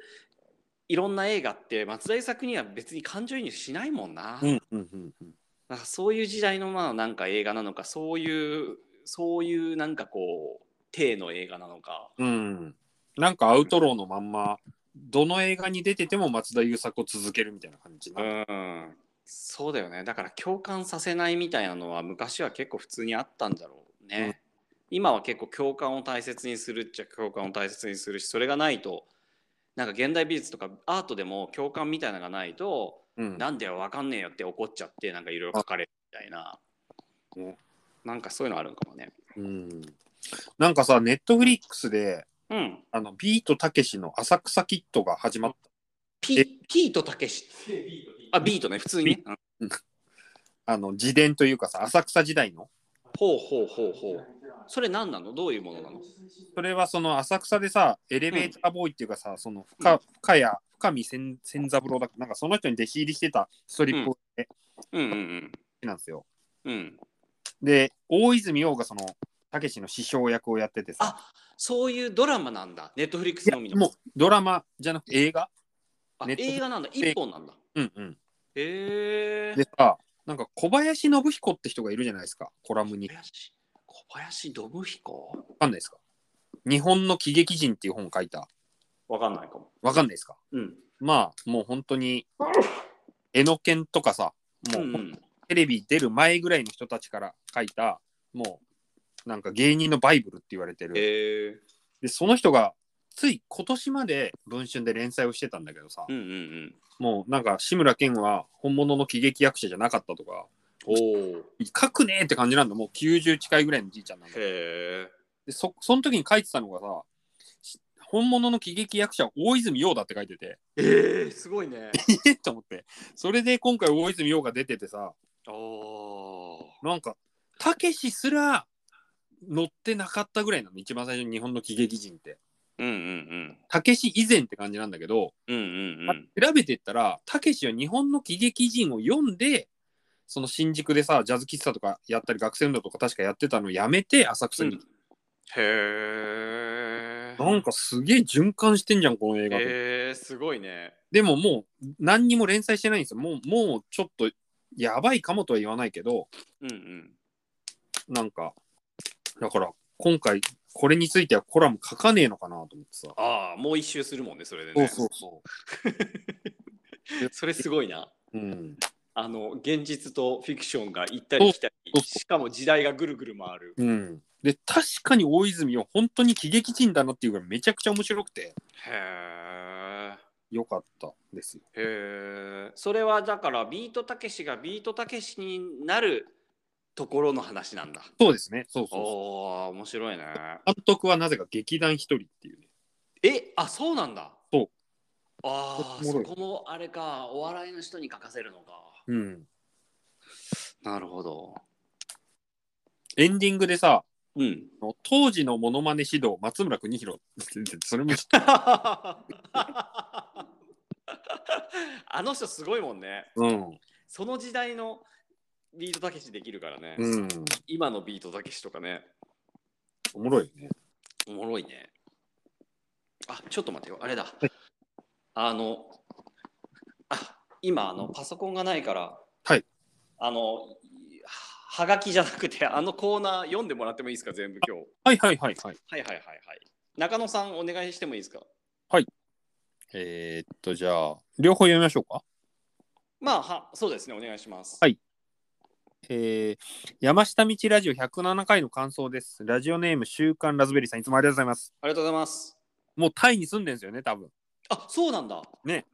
Speaker 4: いろんな映画って松田優作には別に感情移入しないもんな,、
Speaker 6: うんうんうんうん。
Speaker 4: なんかそういう時代のまあなんか映画なのかそういうそういうなんかこう体の映画なのか
Speaker 6: うん。なんかアウトローのまんま、どの映画に出てても松田優作を続けるみたいな感じな。
Speaker 4: うんそうだよねだから共感させないみたいなのは昔は結構普通にあったんだろうね、今は結構共感を大切にするっちゃ共感を大切にするしそれがないとなんか現代美術とかアートでも共感みたいなのがないと、
Speaker 6: うん
Speaker 4: なんで分かんねえよって怒っちゃってなんかいろいろ書かれるみたいな、
Speaker 6: ね
Speaker 4: なんかそういうのあるんかもね
Speaker 6: うんなんかさ、ネットフリックスで、
Speaker 4: うん
Speaker 6: あのビートたけしの浅草キットが始まっえ
Speaker 4: ピピートたけしあビートね普通に、ねうん
Speaker 6: た、あの自伝というかさ、浅草時代の。
Speaker 4: ほうほうほうほうそれ何なのどういうものなの
Speaker 6: それはその浅草でさ、エレベーターボーイっていうかさ、その深深谷、深見千千三郎だっけなんかその人に弟子入りしてたストリップ
Speaker 4: うんうん
Speaker 6: なんですよ。
Speaker 4: うんうん
Speaker 6: で、大泉洋がその、たけしの師匠役をやっててさ、
Speaker 4: あそういうドラマなんだ、ネットフリック
Speaker 6: い
Speaker 4: ス
Speaker 6: や
Speaker 4: のみの。
Speaker 6: もうドラマじゃなくて映画
Speaker 4: あ
Speaker 6: ネットフリ
Speaker 4: 映画なんだ、一本なんだ。
Speaker 6: うんうん。
Speaker 4: へえ
Speaker 6: で。さ、なんか小林信彦って人がいるじゃないですか、コラムに。
Speaker 4: 小林小林信彦
Speaker 6: わかんないですか日本の喜劇人っていう本を書いた。
Speaker 4: わかんないかも。
Speaker 6: わかんないですか
Speaker 4: うん。
Speaker 6: まあ、もう本当に、江ノ県とかさ、
Speaker 4: う
Speaker 6: も
Speaker 4: んう、
Speaker 6: うんテレビ出る前ぐらいの人たちから書いた、もう、なんか芸人のバイブルって言われてる。
Speaker 4: へえ。
Speaker 6: で、その人が、つい今年まで文春で連載をしてたんだけどさ
Speaker 4: う、んうんうん。
Speaker 6: もうなんか志村けんは本物の喜劇役者じゃなかったとか、
Speaker 4: おお。
Speaker 6: 書くねーって感じなんだ、もう90近いぐらいのじいちゃんなんだけど
Speaker 4: へえ。
Speaker 6: でそその時に書いてたのがさし本物の喜劇役者は大泉洋だって書いてて
Speaker 4: ええ、すごいね。
Speaker 6: えっと思ってそれで今回大泉洋が出ててさ
Speaker 4: おお。
Speaker 6: なんかたけしすら乗ってなかったぐらいなの一番最初に日本の喜劇人って
Speaker 4: うんうん
Speaker 6: たけし以前って感じなんだけど、
Speaker 4: うん。うんうんうん。
Speaker 6: 調べてったらたけしは日本の喜劇人を読んでその新宿でさジャズ喫茶とかやったり学生運動とか確かやってたのやめて浅草に、
Speaker 4: へえ。
Speaker 6: なんかすげえ循環してんじゃんこの映画と思って
Speaker 4: へえ、すごいね。
Speaker 6: でももう何にも連載してないんですよ。もうもうちょっとやばいかもとは言わないけど、
Speaker 4: うんうん。
Speaker 6: なんか、だから今回これについてはコラム書かねえのかなと思ってさ。
Speaker 4: ああ、もう一周するもんね、それで
Speaker 6: そ
Speaker 4: ね。
Speaker 6: うそうそ
Speaker 4: それすごいな。
Speaker 6: う。うん。
Speaker 4: あの現実とフィクションが行ったり来た
Speaker 6: そう
Speaker 4: り
Speaker 6: そう
Speaker 4: しかも時代がぐるぐる回る
Speaker 6: うん。で、確かに大泉は本当に喜劇人だなっていうぐらいめちゃくちゃ面白くて、
Speaker 4: へ
Speaker 6: よかったですよ。
Speaker 4: えへえそれはだからビートたけしがビートたけしになるところの話なんだ
Speaker 6: そうですね。そうそうそう
Speaker 4: おー面白いね
Speaker 6: 監督はなぜか劇団一人っていうね。
Speaker 4: えあそうなんだ
Speaker 6: そう
Speaker 4: ああ
Speaker 6: おも
Speaker 4: そ
Speaker 6: ろい
Speaker 4: こもあれかお笑いの人に書かせるのか
Speaker 6: うん。
Speaker 4: なるほど
Speaker 6: エンディングでさ、
Speaker 4: うん [LAUGHS]
Speaker 6: 当時のモノマネ指導、松村邦弘それも知って
Speaker 4: あの人すごいもんね
Speaker 6: うん。
Speaker 4: その時代のビートたけしできるからね、
Speaker 6: うん。
Speaker 4: 今のビートたけしとかね、
Speaker 6: おもろいよね。
Speaker 4: おもろいね。あ、ちょっと待ってよ、あれだ。あの、あ、今、あの、パソコンがないから、
Speaker 6: はい。
Speaker 4: あの、ははがきじゃなくて、あのコーナー読んでもらってもいいですか、全部今日。
Speaker 6: はいはいはいはい。
Speaker 4: はいはいはいはい。中野さん、お願いしてもいいですか。
Speaker 6: えーっと、じゃあ、両方読みましょうか。
Speaker 4: まあ、は、そうですね、お願いします。
Speaker 6: はいえー山下道ラジオ107回の感想です。ラジオネーム週刊ラズベリーさん、いつもありがとうございます。
Speaker 4: ありがとうございます。
Speaker 6: もうタイに住んでるんですよね、多分。
Speaker 4: あそうなんだ。
Speaker 6: ね。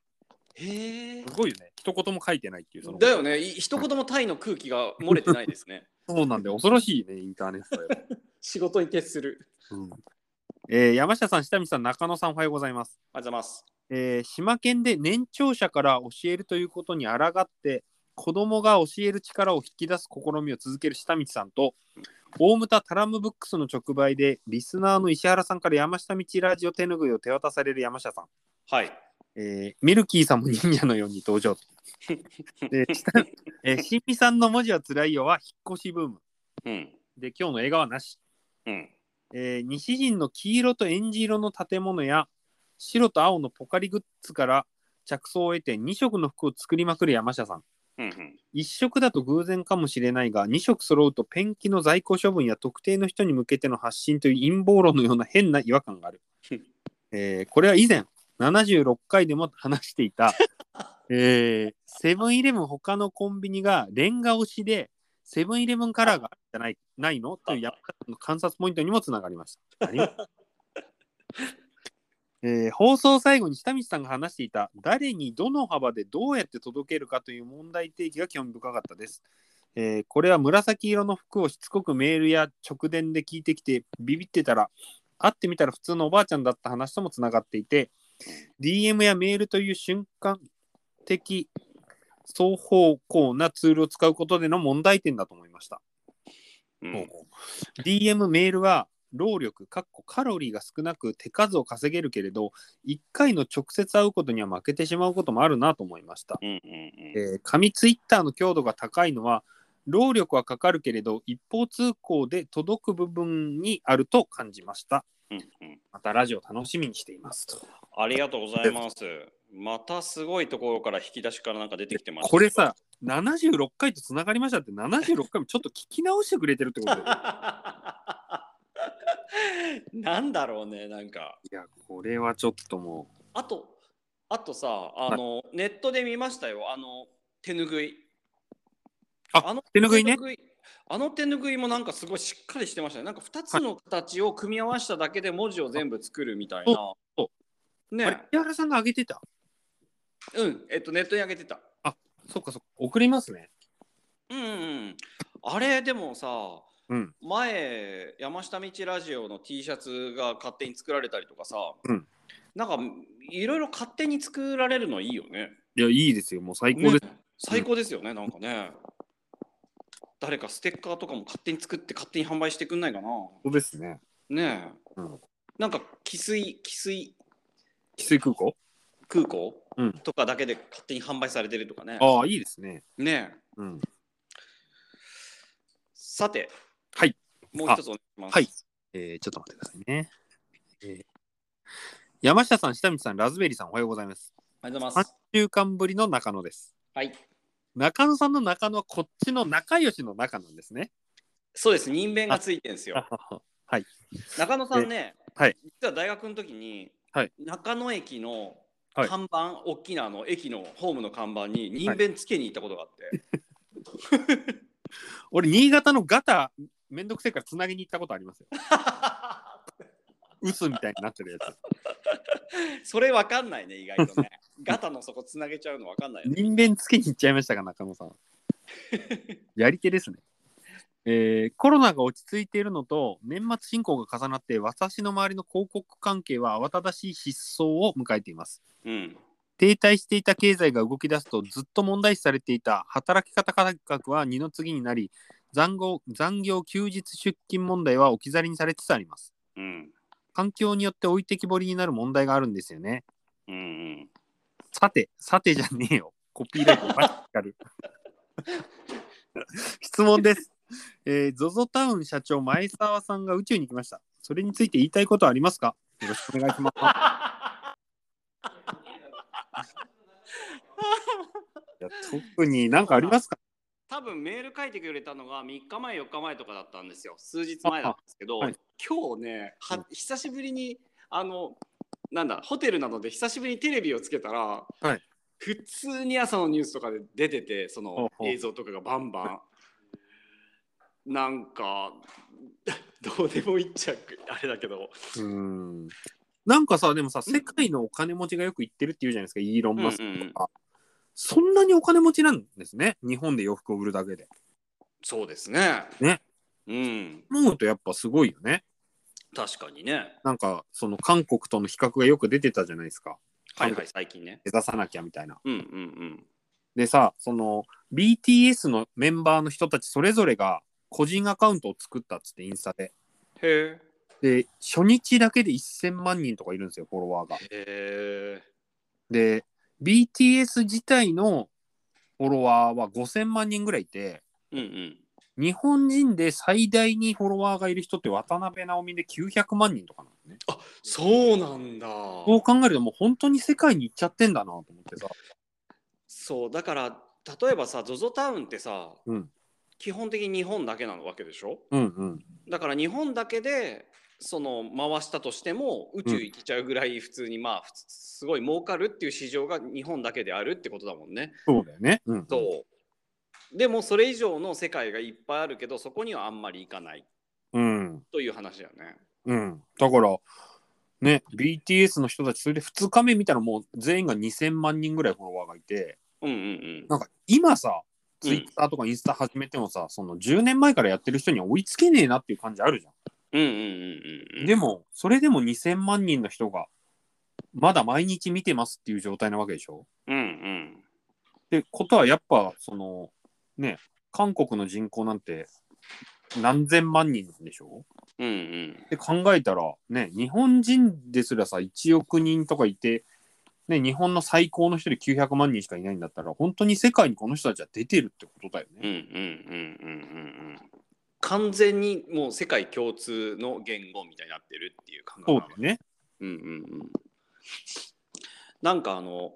Speaker 4: へえ
Speaker 6: す。ごいよね。一言も書いてないっていう。その
Speaker 4: だよね。い一言もタイの空気が漏れてな
Speaker 6: [LAUGHS]
Speaker 4: いですね。
Speaker 6: そうなんで、恐ろしいね、インターネットよ。
Speaker 4: 仕事に徹する。
Speaker 6: うんえー山下さん、下見さん、中野さん、おはようございます。
Speaker 4: ありがとうございます。
Speaker 6: えー、島県で年長者から教えるということに抗って子供が教える力を引き出す試みを続ける下道さんと大牟田タラムブックスの直売でリスナーの石原さんから山下道ラジオ手ぬぐいを手渡される山下さん、
Speaker 4: はい。
Speaker 6: えーミルキーさんも忍者のように登場で下えー、新美さんの文字はつらいよは引っ越しブーム
Speaker 4: うん。
Speaker 6: で今日の映画はなし
Speaker 4: うん。
Speaker 6: えー西陣の黄色とえんじ色の建物や白と青のポカリグッズから着想を得て2色の服を作りまくる山下さん
Speaker 4: うんうん。
Speaker 6: 1色だと偶然かもしれないが2色揃うとペンキの在庫処分や特定の人に向けての発信という陰謀論のような変な違和感がある、えーこれは以前76回でも話していた、えーセブンイレブン他のコンビニがレンガ推しでセブンイレブンカラーがあるんじゃないないのという山下さんの観察ポイントにもつながりました。ありがとうえー放送最後に下道さんが話していた誰にどの幅でどうやって届けるかという問題提起が興味深かったです。えーこれは紫色の服をしつこくメールや直伝で聞いてきてビビってたら会ってみたら普通のおばあちゃんだった話ともつながっていて DM やメールという瞬間的双方向なツールを使うことでの問題点だと思いました。
Speaker 4: う、
Speaker 6: ほうんほう DM メールは労力かっこカロリーが少なく手数を稼げるけれど1回の直接会うことには負けてしまうこともあるなと思いました、
Speaker 4: うんうんうん
Speaker 6: えー紙ツイッターの強度が高いのは労力はかかるけれど一方通行で届く部分にあると感じました
Speaker 4: うんうん
Speaker 6: またラジオ楽しみにしていますと
Speaker 4: ありがとうございます。またすごいところから引き出しからなんか出てきてます。
Speaker 6: これさ76回とつながりましたって76回もちょっと聞き直してくれてるってことだよ
Speaker 4: なんだろうね、なんか。
Speaker 6: いやこれはちょっとも
Speaker 4: あと、あとさ、あの、ネットで見ましたよ、あの、手ぬぐい。
Speaker 6: あ
Speaker 4: の
Speaker 6: 手拭いね
Speaker 4: いあの手ぬぐいもなんかすごいしっかりしてましたね。なんか2つの形を組み合わせただけで文字を全部作るみたいな。
Speaker 6: そ
Speaker 4: ね
Speaker 6: う、あれ木原さんが上げてた
Speaker 4: うん、えっと、ネットに上げてた。
Speaker 6: そっかそっか送りますね
Speaker 4: うんうんうん、あれでもさ、
Speaker 6: うん
Speaker 4: 前山下道ラジオの T シャツが勝手に作られたりとかさ、
Speaker 6: うん
Speaker 4: なんかいろいろ勝手に作られるのいいよね。
Speaker 6: いや、いいですよ。もう最高です。
Speaker 4: ね最高ですよね、なんかね。誰かステッカーとかも勝手に作って勝手に販売してくんないかな。
Speaker 6: そうですね。
Speaker 4: ね
Speaker 6: う
Speaker 4: え、
Speaker 6: ん
Speaker 4: なんか汽水汽水
Speaker 6: 翡翠空港
Speaker 4: 空港、
Speaker 6: うん
Speaker 4: とかだけで勝手に販売されてるとかね。
Speaker 6: ああ、いいですね。
Speaker 4: ねえ
Speaker 6: うん。
Speaker 4: さて、
Speaker 6: はい、
Speaker 4: もう一つお願いします。
Speaker 6: はい。えー、ちょっと待ってくださいね。えー山下さん、下道さん、ラズベリーさん、おはようございます。
Speaker 4: ありがとうござい
Speaker 6: 3
Speaker 4: ます。
Speaker 6: 週間ぶりの中野です。
Speaker 4: はい。
Speaker 6: 中野さんの中野はこっちの仲良しの中なんですね。
Speaker 4: そうです、人弁がついてるんですよ。中野さんね、
Speaker 6: はい
Speaker 4: 実は大学の時に、
Speaker 6: はい
Speaker 4: 中野駅の
Speaker 6: はい
Speaker 4: 看板、大きなあの駅のホームの看板に人弁つけに行ったことがあって、
Speaker 6: 俺、新潟のガタ、めんどくせえからつなぎに行ったことありますよ。嘘みたいになってるやつ。
Speaker 4: それわかんないね、意外
Speaker 6: [LAUGHS]
Speaker 4: とね。ガタの底つなげちゃうのわかんないよね。
Speaker 6: 人間つけに行っちゃいましたか中野さんやり手ですねえーコロナが落ち着いているのと年末進行が重なって私の周りの広告関係は慌ただしい失踪を迎えています
Speaker 4: うん。
Speaker 6: 停滞していた経済が動き出すとずっと問題視されていた働き方改革は二の次になり残業残業休日出勤問題は置き去りにされつつあります
Speaker 4: うん。
Speaker 6: 環境によって置いてきぼりになる問題があるんですよね
Speaker 4: うんうん。
Speaker 6: さて、さてじゃねえよ。コピーライトばっかる。 [LAUGHS] 質問です。えー、ZOZO タウン社長、前澤さんが宇宙に行きました。それについて言いたいことはありますかよろしくお願いし
Speaker 4: [LAUGHS]
Speaker 6: ます。いや特になんかありますか
Speaker 4: 多分メール書いてくれたのが3日前、4日前とかだったんですよ。数日前なんですけど、
Speaker 6: あはい
Speaker 4: 今日ね、
Speaker 6: うん
Speaker 4: は久しぶりに、あの、なんだ、ホテルなので久しぶりにテレビをつけたら、
Speaker 6: はい
Speaker 4: 普通に朝のニュースとかで出てて、そ
Speaker 6: ほう
Speaker 4: の
Speaker 6: ほう
Speaker 4: 映像とかがバンバン。なんか [LAUGHS] どうでもいいっちゃあれだけど、
Speaker 6: うんなんかさ、でもさ、世界のお金持ちがよく行ってるって言うじゃないですか、イーロン・マスクとか。
Speaker 4: うんうん
Speaker 6: そんなにお金持ちなんですね、日本で洋服を売るだけで。
Speaker 4: そうですね。
Speaker 6: ね
Speaker 4: うん、
Speaker 6: 思うとやっぱすごいよね。
Speaker 4: 確かにね。
Speaker 6: なんか、その韓国との比較がよく出てたじゃないですか。
Speaker 4: はいはい、最近ね。
Speaker 6: 目指さなきゃみたいな。
Speaker 4: うんうん
Speaker 6: でさ、その BTS のメンバーの人たちそれぞれが個人アカウントを作ったっつって、インスタで。
Speaker 4: うん。へ
Speaker 6: で、初日だけで1000万人とかいるんですよ、フォロワーが。
Speaker 4: え。へえ。
Speaker 6: で、BTS 自体のフォロワーは5000万人ぐらいいて、
Speaker 4: うんうん。
Speaker 6: 日本人で最大にフォロワーがいる人って渡辺直美で900万人とかなんですね。
Speaker 4: そうなんだ。
Speaker 6: そう考えるともう本当に世界に行っちゃってんだなと思ってさ。
Speaker 4: そうだから例えばさ ZOZO タウンってさ、
Speaker 6: うん
Speaker 4: 基本的に日本だけなわけでしょ
Speaker 6: うんうん。
Speaker 4: だから日本だけでその回したとしても宇宙行けちゃうぐらい普通にまあ普通すごい儲かるっていう市場が日本だけであるってことだもんね。
Speaker 6: そうだよね。うん、
Speaker 4: そうでもそれ以上の世界がいっぱいあるけどそこにはあんまり行かない
Speaker 6: うん。
Speaker 4: という話だよね。
Speaker 6: うん。だから、ね、BTS の人たち、それで2日目見たらもう全員が2000万人ぐらいフォロワーがいて、
Speaker 4: うんうん
Speaker 6: なんか今さ、
Speaker 4: うん
Speaker 6: Twitter とかインスタ始めてもさ、その10年前からやってる人には追いつけねえなっていう感じあるじゃん。
Speaker 4: うんうんうんうんうん
Speaker 6: でも、それでも2000万人の人が、まだ毎日見てますっていう状態なわけでしょ
Speaker 4: うんうん
Speaker 6: ってことは、やっぱ、その、ね、韓国の人口なんて何千万人なんでしょ
Speaker 4: うんうん
Speaker 6: って考えたら、ね、日本人ですらさ、1億人とかいて、ね、日本の最高の人で900万人しかいないんだったら、本当に世界にこの人たちは出てるってことだよ
Speaker 4: うんうんう
Speaker 6: ね。
Speaker 4: んうんうん完全にもう世界共通の言語みたいになってるっていう感覚
Speaker 6: そう
Speaker 4: な
Speaker 6: だ
Speaker 4: の
Speaker 6: よね。
Speaker 4: うんうんうんなんかあの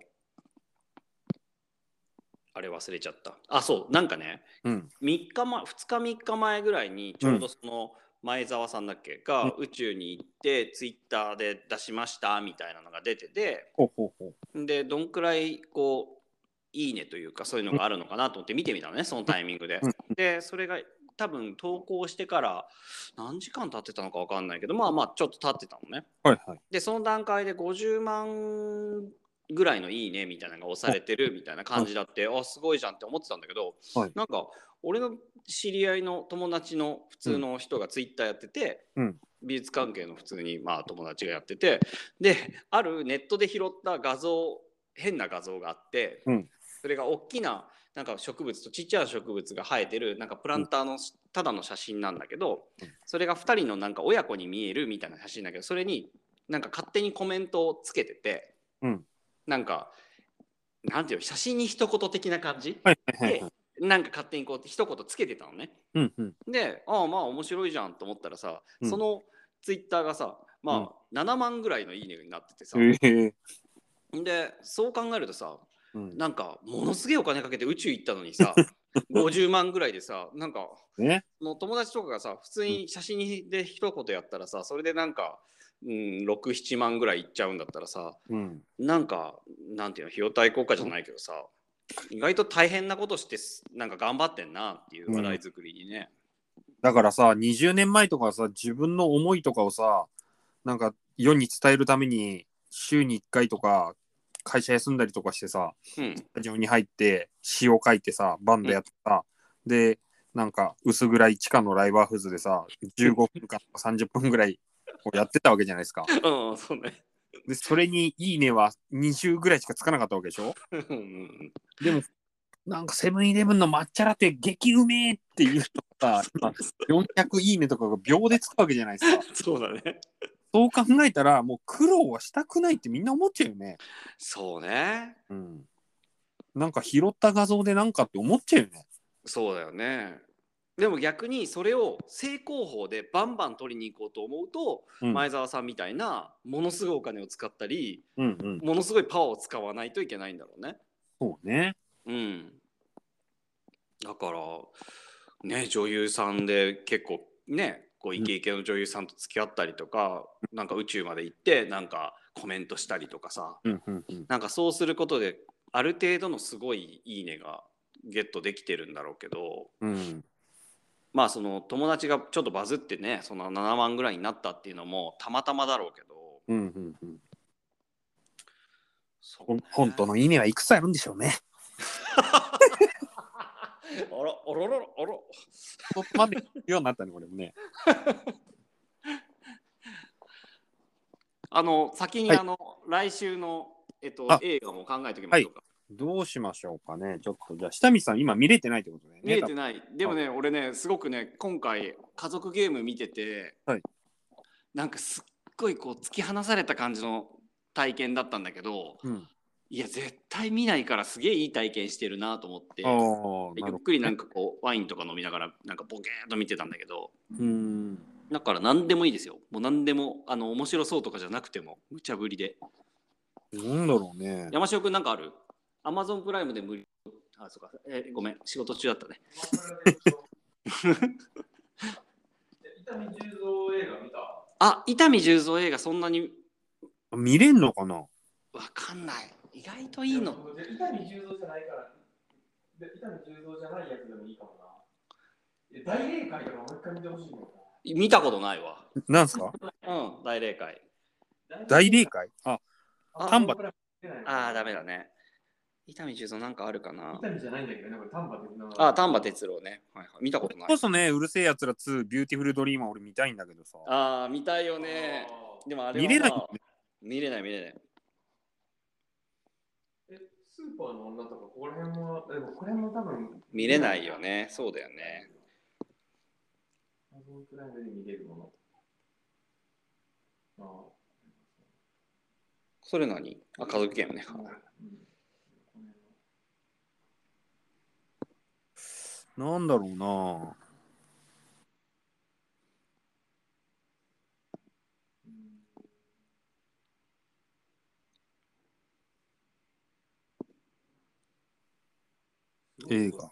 Speaker 4: あれ忘れちゃったあそうなんかね
Speaker 6: うん。
Speaker 4: 3日前2日3日前ぐらいにちょうどその前澤さんだっけが宇宙に行ってツイッターで出しましたみたいなのが出てて
Speaker 6: ほうほうほう。
Speaker 4: でどんくらいこういいねというかそういうのがあるのかなと思って見てみたのねそのタイミングで
Speaker 6: うん。
Speaker 4: でそれが多分投稿してから何時間経ってたのか分かんないけどまあまあちょっと経ってたのね。
Speaker 6: はいはい。
Speaker 4: でその段階で50万ぐらいのいいねみたいなのが押されてるみたいな感じだって、あすごいじゃんって思ってたんだけど、
Speaker 6: はい
Speaker 4: なんか俺の知り合いの友達の普通の人がツイッターやってて、
Speaker 6: うん
Speaker 4: 美術関係の普通にまあ友達がやっててであるネットで拾った画像変な画像があって、
Speaker 6: うん
Speaker 4: それが大きななんか植物とちっちゃい植物が生えてるなんかプランターのただの写真なんだけど、それが2人のなんか親子に見えるみたいな写真だけどそれになんか勝手にコメントをつけてて、
Speaker 6: うん
Speaker 4: なんかなんていうの写真に一言的な感じ、
Speaker 6: はいはいはいはい。
Speaker 4: でなんか勝手にこう一言つけてたのね
Speaker 6: うんうん。
Speaker 4: でああまあ面白いじゃんと思ったらさ、
Speaker 6: うん
Speaker 4: そのツイッターがさまあ7万ぐらいのいいねになっててさ、
Speaker 6: ええ
Speaker 4: でそう考えるとさ
Speaker 6: うん
Speaker 4: なんかものすげえお金かけて宇宙行ったのに
Speaker 6: [LAUGHS]
Speaker 4: さ50万ぐらいでさなんか
Speaker 6: ね。
Speaker 4: の友達とかがさ普通に写真で一言やったらさそれでなんか、うん、67万ぐらいいっちゃうんだったらさ
Speaker 6: うん。
Speaker 4: なんかなんていうの費用対効果じゃないけどさ意外と大変なことしてすなんか頑張ってんなっていう話題作りにね、
Speaker 6: だからさ、20年前とかはさ、自分の思いとかをさ、なんか世に伝えるために、週に1回とか、会社休んだりとかしてさ、
Speaker 4: うん
Speaker 6: スタジオに入って、詩を書いてさ、バンドやってさ、で、なんか薄暗い地下のライブハウスでさ、15分間とか30分ぐらいをやってたわけじゃないですか。
Speaker 4: うん、そうね
Speaker 6: で、それにいいねは20ぐらいしかつかなかったわけでしょ
Speaker 4: うんうん
Speaker 6: なんかセブンイレブンの抹茶ラテ激うめえっていうのがさ、今400いいねとかが秒でつくわけじゃないですか。
Speaker 4: そうだね
Speaker 6: そう考えたら、もう苦労はしたくないってみんな思っちゃうよね。
Speaker 4: そうね
Speaker 6: うん。なんか拾った画像でなんかって思っちゃうよね。
Speaker 4: そうだよねでも逆にそれを正攻法でバンバン取りに行こうと思うと、
Speaker 6: うん
Speaker 4: 前澤さんみたいなものすごいお金を使ったり
Speaker 6: うんうん。
Speaker 4: ものすごいパワーを使わないといけないんだろうね。
Speaker 6: そうね。
Speaker 4: うん、だからね女優さんで結構ねこうイケイケの女優さんと付き合ったりとか、なんか宇宙まで行ってなんかコメントしたりとかさ
Speaker 6: うんうんうん。
Speaker 4: なんかそうすることである程度のすごい「いいね」がゲットできてるんだろうけど
Speaker 6: うん。
Speaker 4: まあその友達がちょっとバズってねその7万ぐらいになったっていうのもたまたまだろうけど
Speaker 6: うんうんうん。
Speaker 4: そ
Speaker 6: ほん本当の意味はいくつあるんでしょうね。
Speaker 4: あらあらららあら
Speaker 6: そこまで言うようになったね、俺もね。
Speaker 4: あの先に
Speaker 6: はい
Speaker 4: あの、来週のえっと
Speaker 6: あ
Speaker 4: 映画も考えておきましょうか、
Speaker 6: どうしましょうかね。ちょっと、じゃあ、下見さん、今見れてないってことね。
Speaker 4: 見えて
Speaker 6: ね
Speaker 4: ないでもね俺ねすごくね今回家族ゲーム見てて、
Speaker 6: はい
Speaker 4: なんかすっごいこう突き放された感じの体験だったんだけど
Speaker 6: 多分
Speaker 4: いや絶対見ないからすげえいい体験してるなと思って
Speaker 6: うん。ああ、な
Speaker 4: ゆ
Speaker 6: る
Speaker 4: っ
Speaker 6: ほ
Speaker 4: くりなんかこうワインとか飲みながらなんかボケーっと見てたんだけど
Speaker 6: ど。うん。
Speaker 4: だから何でもいいですよもう何でもあの面白そうとかじゃなくても無茶ぶりで
Speaker 6: なんだろうね。
Speaker 4: 山城くんなんかあるアマゾンプライムで無料あそうかえごめん仕事中だったね [LAUGHS]
Speaker 7: 痛み重造映画見た
Speaker 4: あ伊丹十三映画そんなに
Speaker 6: 見れんのかな
Speaker 4: わかんない意外といいの
Speaker 7: でも伊丹十三じゃないから。で伊丹十三じゃないやつでもいいかもな。いや大霊界とかもう一回見てほしいもん
Speaker 4: 見たことないわ
Speaker 6: なんす [LAUGHS] か
Speaker 4: うん大霊界
Speaker 7: な。
Speaker 6: 大霊界あ、
Speaker 7: あ
Speaker 6: 丹波。
Speaker 4: ああダメ
Speaker 7: だ。
Speaker 4: だね伊丹十三なんかあるかな
Speaker 7: 伊丹じゃないんだけどね、これ丹波的な。
Speaker 4: あ丹波哲郎ね、はいはい、見たこ
Speaker 6: ことれ
Speaker 4: ない
Speaker 6: こそね、うるせえやつら2、ビューティフルドリーマー俺見たいんだけどさ。
Speaker 4: ああ見たいよ
Speaker 7: あー
Speaker 4: ねでもあれは、
Speaker 6: 見れない
Speaker 4: ま
Speaker 6: よ
Speaker 4: あ見れない見れない
Speaker 7: え、スーパーの女とか、ここら辺も、でもこれも多分。
Speaker 4: 見れないよ。ねそうだよね
Speaker 7: アマゾンプライムで見れるもの。ああ。
Speaker 4: それ何あ家族ゲームね
Speaker 6: なんだろうな。映画。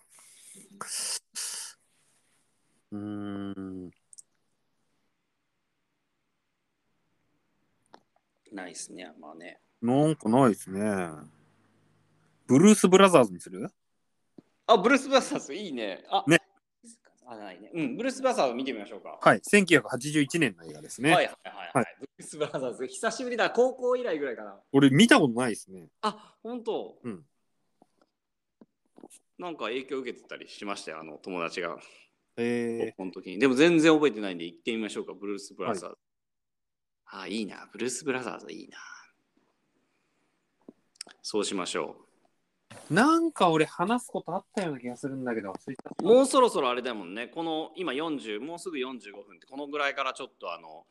Speaker 6: うーん。
Speaker 4: ないっすねまあね
Speaker 6: なんかないですね。ブルース・ブラザーズにする
Speaker 4: あブルース・ブラザーズいいねあ
Speaker 6: ね
Speaker 4: あないねうんブルース・ブラザーズ見てみましょうか
Speaker 6: はい、1981年の映画ですね。
Speaker 4: はいはいはい、は、
Speaker 6: はい
Speaker 4: ブルース・ブラザーズ久しぶりだ高校以来ぐらいかな
Speaker 6: 俺見たことないですね。
Speaker 4: あ本当
Speaker 6: うん
Speaker 4: なんか影響受けてたりしましたよあの友達が
Speaker 6: え
Speaker 4: この時にでも全然覚えてないんで行ってみましょうかブルース・ブラザーズ、あいいなブルース・ブラザーズいいなそうしましょ
Speaker 6: ー、なんか俺話すことあったような気がするんだけど、忘れちゃっ
Speaker 4: うもうそろそろあれだもんねこの今40もうすぐ45分ってこのぐらいからちょっとあの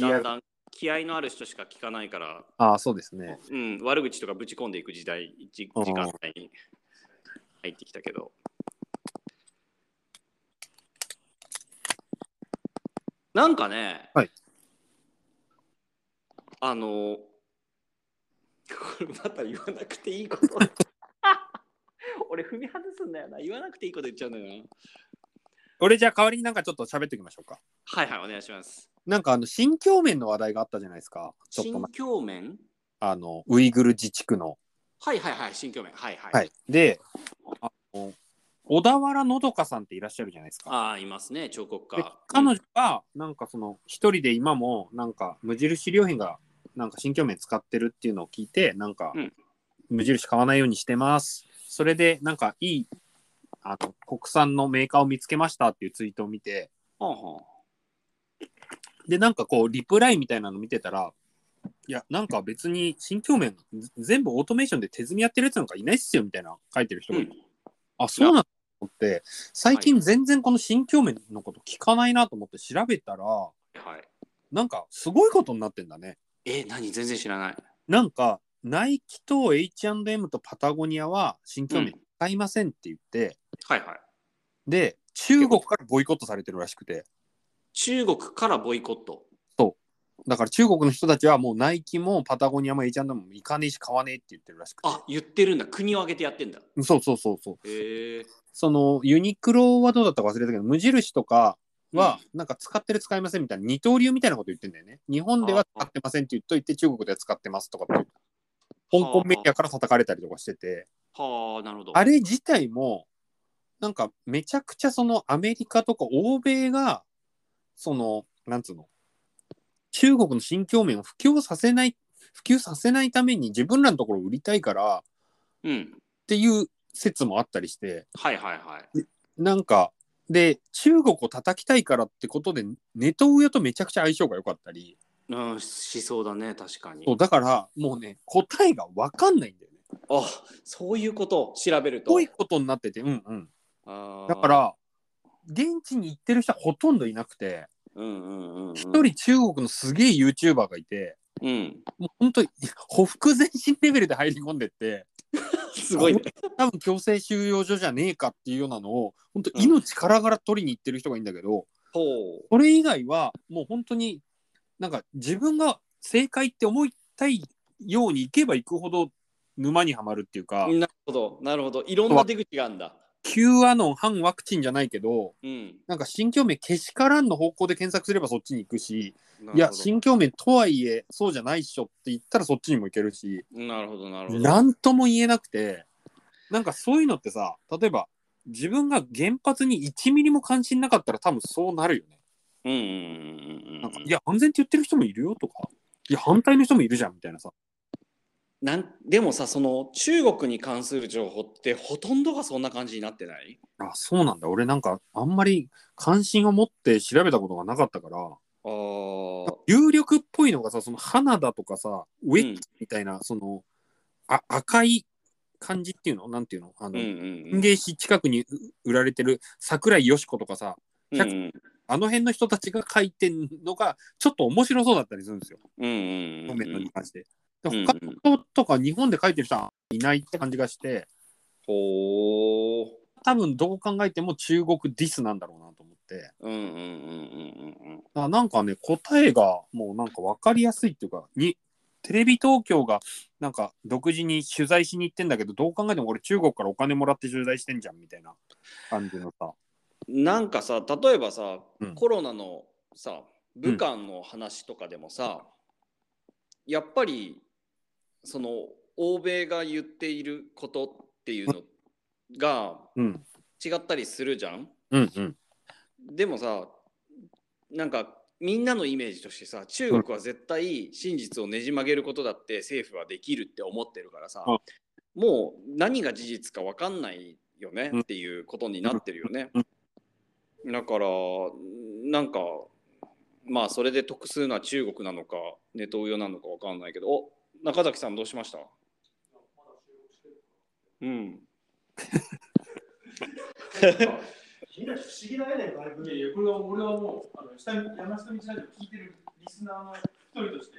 Speaker 6: た
Speaker 4: だんだん気合のある人しか聞かないから、
Speaker 6: ああ、そうですね。
Speaker 4: うん、悪口とかぶち込んでいく時代じ
Speaker 6: うん
Speaker 4: 時間帯に入ってきたけどなんかね、
Speaker 6: はい
Speaker 4: あの [LAUGHS] これまた言わなくていいこと [LAUGHS] 俺踏み外すんだよな言わなくていいこと言っちゃうんだよな
Speaker 6: 俺じゃあ代わりになんかちょっと喋っておきましょうか。
Speaker 4: はいはいお願いします
Speaker 6: なんかあの、新境面の話題があったじゃないですか。ちょっと
Speaker 4: 新
Speaker 6: 前
Speaker 4: 境面
Speaker 6: あの、ウイグル自治区の。
Speaker 4: はいはいはい新境面はいはい、
Speaker 6: はい。で、あの小田原のどかさんっていらっしゃるじゃないですか。
Speaker 4: ああいますね彫刻
Speaker 6: で
Speaker 4: 家
Speaker 6: 彼女がなんかその一人で今もなんか無印良品がなんか新居名使ってるっていうのを聞いてなんか
Speaker 4: うん
Speaker 6: 無印買わないようにしてますそれでなんかいいあの国産のメーカーを見つけましたっていうツイートを見て
Speaker 4: ほんほん
Speaker 6: でなんかこうリプライみたいなの見てたらいやなんか別に新居名ぜ全部オートメーションで手積みやってるやつなんかいないっすよみたいな書いてる人がいて、あそうなんだと思って最近全然この新居名のこと聞かないなと思って調べたら、
Speaker 4: はい
Speaker 6: なんかすごいことになってんだね。
Speaker 4: え、何全然知らない。
Speaker 6: なんかナイキと H&M とパタゴニアは新興味使いませんって言って、
Speaker 4: はいはい。
Speaker 6: で中国からボイコットされてるらしくて
Speaker 4: 中国からボイコット。
Speaker 6: だから中国の人たちはもうナイキもパタゴニアも H&M も行かねえし買わねえって言ってるらしくて
Speaker 4: あ、言ってるんだ。国を挙げてやってんだ。
Speaker 6: そうそうそうそう
Speaker 4: へえ。
Speaker 6: そのユニクロはどうだったか忘れたけど無印とかはなんか使ってる使いませんみたいな二刀流みたいなこと言ってんだよね日本では使ってませんって言っといて中国では使ってますとかって香港メディアから叩かれたりとかしてて
Speaker 4: はあ、なるほど。
Speaker 6: あれ自体もなんかめちゃくちゃそのアメリカとか欧米がそのなんつうの中国の新疆棉を普及させない普及させないために自分らのところを売りたいからっ
Speaker 4: うん。
Speaker 6: ていう説もあったりして
Speaker 4: はいはいはい。
Speaker 6: なんかで中国を叩きたいからってことでネトウヨとめちゃくちゃ相性が良かったり
Speaker 4: うん、しそうだね、確かに
Speaker 6: そう。だからもうね答えが分かんないんだよね。
Speaker 4: あ、そういうことを調べると
Speaker 6: ぽ。いことになっててうんうん。
Speaker 4: あー
Speaker 6: だか、ら現地に行ってる人はほとんどいなくて。
Speaker 4: うんうんうんうん。
Speaker 6: 一人中国のすげえ YouTuber がいて、
Speaker 4: うん。
Speaker 6: もう本当にほふ前進レベルで入り込んでって、
Speaker 4: すごいね。
Speaker 6: 多分強制収容所じゃねえかっていうようなのを、本当命からがら取りに行ってる人がいいんだけど、
Speaker 4: ほ
Speaker 6: それ以外はもう本当になんか自分が正解って思いたいように行けば行くほど沼にはまるっていうか、
Speaker 4: う。なるほど、なるほど。いろんな出口があるんだ。
Speaker 6: Q アノン反ワクチンじゃないけど、
Speaker 4: うん。
Speaker 6: なんか新興名けしからんの方向で検索すればそっちに行くし、
Speaker 4: ないる
Speaker 6: や、
Speaker 4: ほど
Speaker 6: 新興名とはいえそうじゃないっしょって言ったらそっちにも行けるし、
Speaker 4: なるほど、なるほど。
Speaker 6: 何とも言えなくてなんかそういうのってさ例えば自分が原発に1ミリも関心なかったら多分そうなるよね。
Speaker 4: うんうんうんうんうん
Speaker 6: なんかいや安全って言ってる人もいるよとかいや反対の人もいるじゃんみたいなさ
Speaker 4: なんでもさその中国に関する情報ってほとんどがそんな感じになってない
Speaker 6: あそうなんだ俺なんかあんまり関心を持って調べたことがなかったから
Speaker 4: あー
Speaker 6: 有力っぽいのがさその花だとかさウェッ
Speaker 4: うん
Speaker 6: ジみたいな、そのあ赤い感じっていうのなんていうのあ
Speaker 4: う
Speaker 6: の、
Speaker 4: ん
Speaker 6: 文芸市近くに売られてる桜井よし子とかさ
Speaker 4: うんうん
Speaker 6: あの辺の人たちが書いてんのがちょっと面白そうだったりするんですよ、
Speaker 4: うんうんうんう
Speaker 6: コ
Speaker 4: ん
Speaker 6: メントに関して。で
Speaker 4: うん
Speaker 6: 他の人とか日本で書いてる人はいないって感じがして、
Speaker 4: ほー
Speaker 6: 多分どう考えても中国ディスなんだろうなと思って、だか
Speaker 4: うんうんうんうんうん
Speaker 6: らなんかね、答えがもうなんか分かりやすいっていうか、にテレビ東京がなんか独自に取材しに行ってんだけど、どう考えても俺中国からお金もらって取材してんじゃんみたいな感じのさ。
Speaker 4: うんなんかさ例えばさ、
Speaker 6: うん
Speaker 4: コロナのさ武漢の話とかでもさ、やっぱりその欧米が言っていることっていうのが
Speaker 6: うん、
Speaker 4: 違ったりするじゃん
Speaker 6: うん、うん。
Speaker 4: でもさなんかみんなのイメージとしてさ中国は絶対真実をねじ曲げることだって政府はできるって思ってるからさ、
Speaker 6: うん
Speaker 4: もう何が事実か分かんないよね
Speaker 6: うん
Speaker 4: っていうことになってるよね
Speaker 6: う。
Speaker 4: だからなんかまあそれで得するのは中国なのかネトウヨなのか分かんないけどお中崎さんどうしましたうん
Speaker 7: みんな不思議だよね、だいぶ。いやいや、これは俺はもう、あの下に山下道ラジオ聞いてるリスナーの一人として、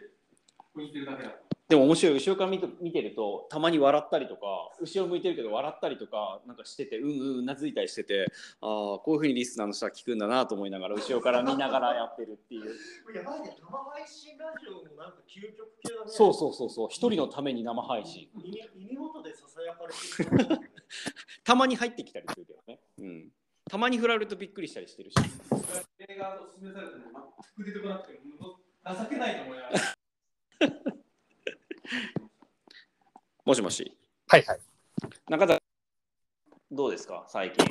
Speaker 7: こう言ってるだけだ。
Speaker 4: でも面白い後ろから見て見てるとたまに笑ったりとか後ろ向いてるけど笑ったりとかなんかしててうんうんうなずいたりしててああこういうふうにリスナーの人は聞くんだなと思いながら後ろから見ながらやってるっていう
Speaker 1: これやばいね、生配信ラジオもなんか究極系だね。
Speaker 4: そうそうそうそう一人のために生配信
Speaker 1: 耳耳元でささやかれてる。
Speaker 4: たまに入ってきたりするけどね、うん、たまに振られるとびっくりしたりしてるし
Speaker 7: 映画を勧めされても全く出てこなくて、もう情けないと思いながら。
Speaker 4: [LAUGHS] もしもし
Speaker 6: はいはい。
Speaker 4: 中田どうですか最近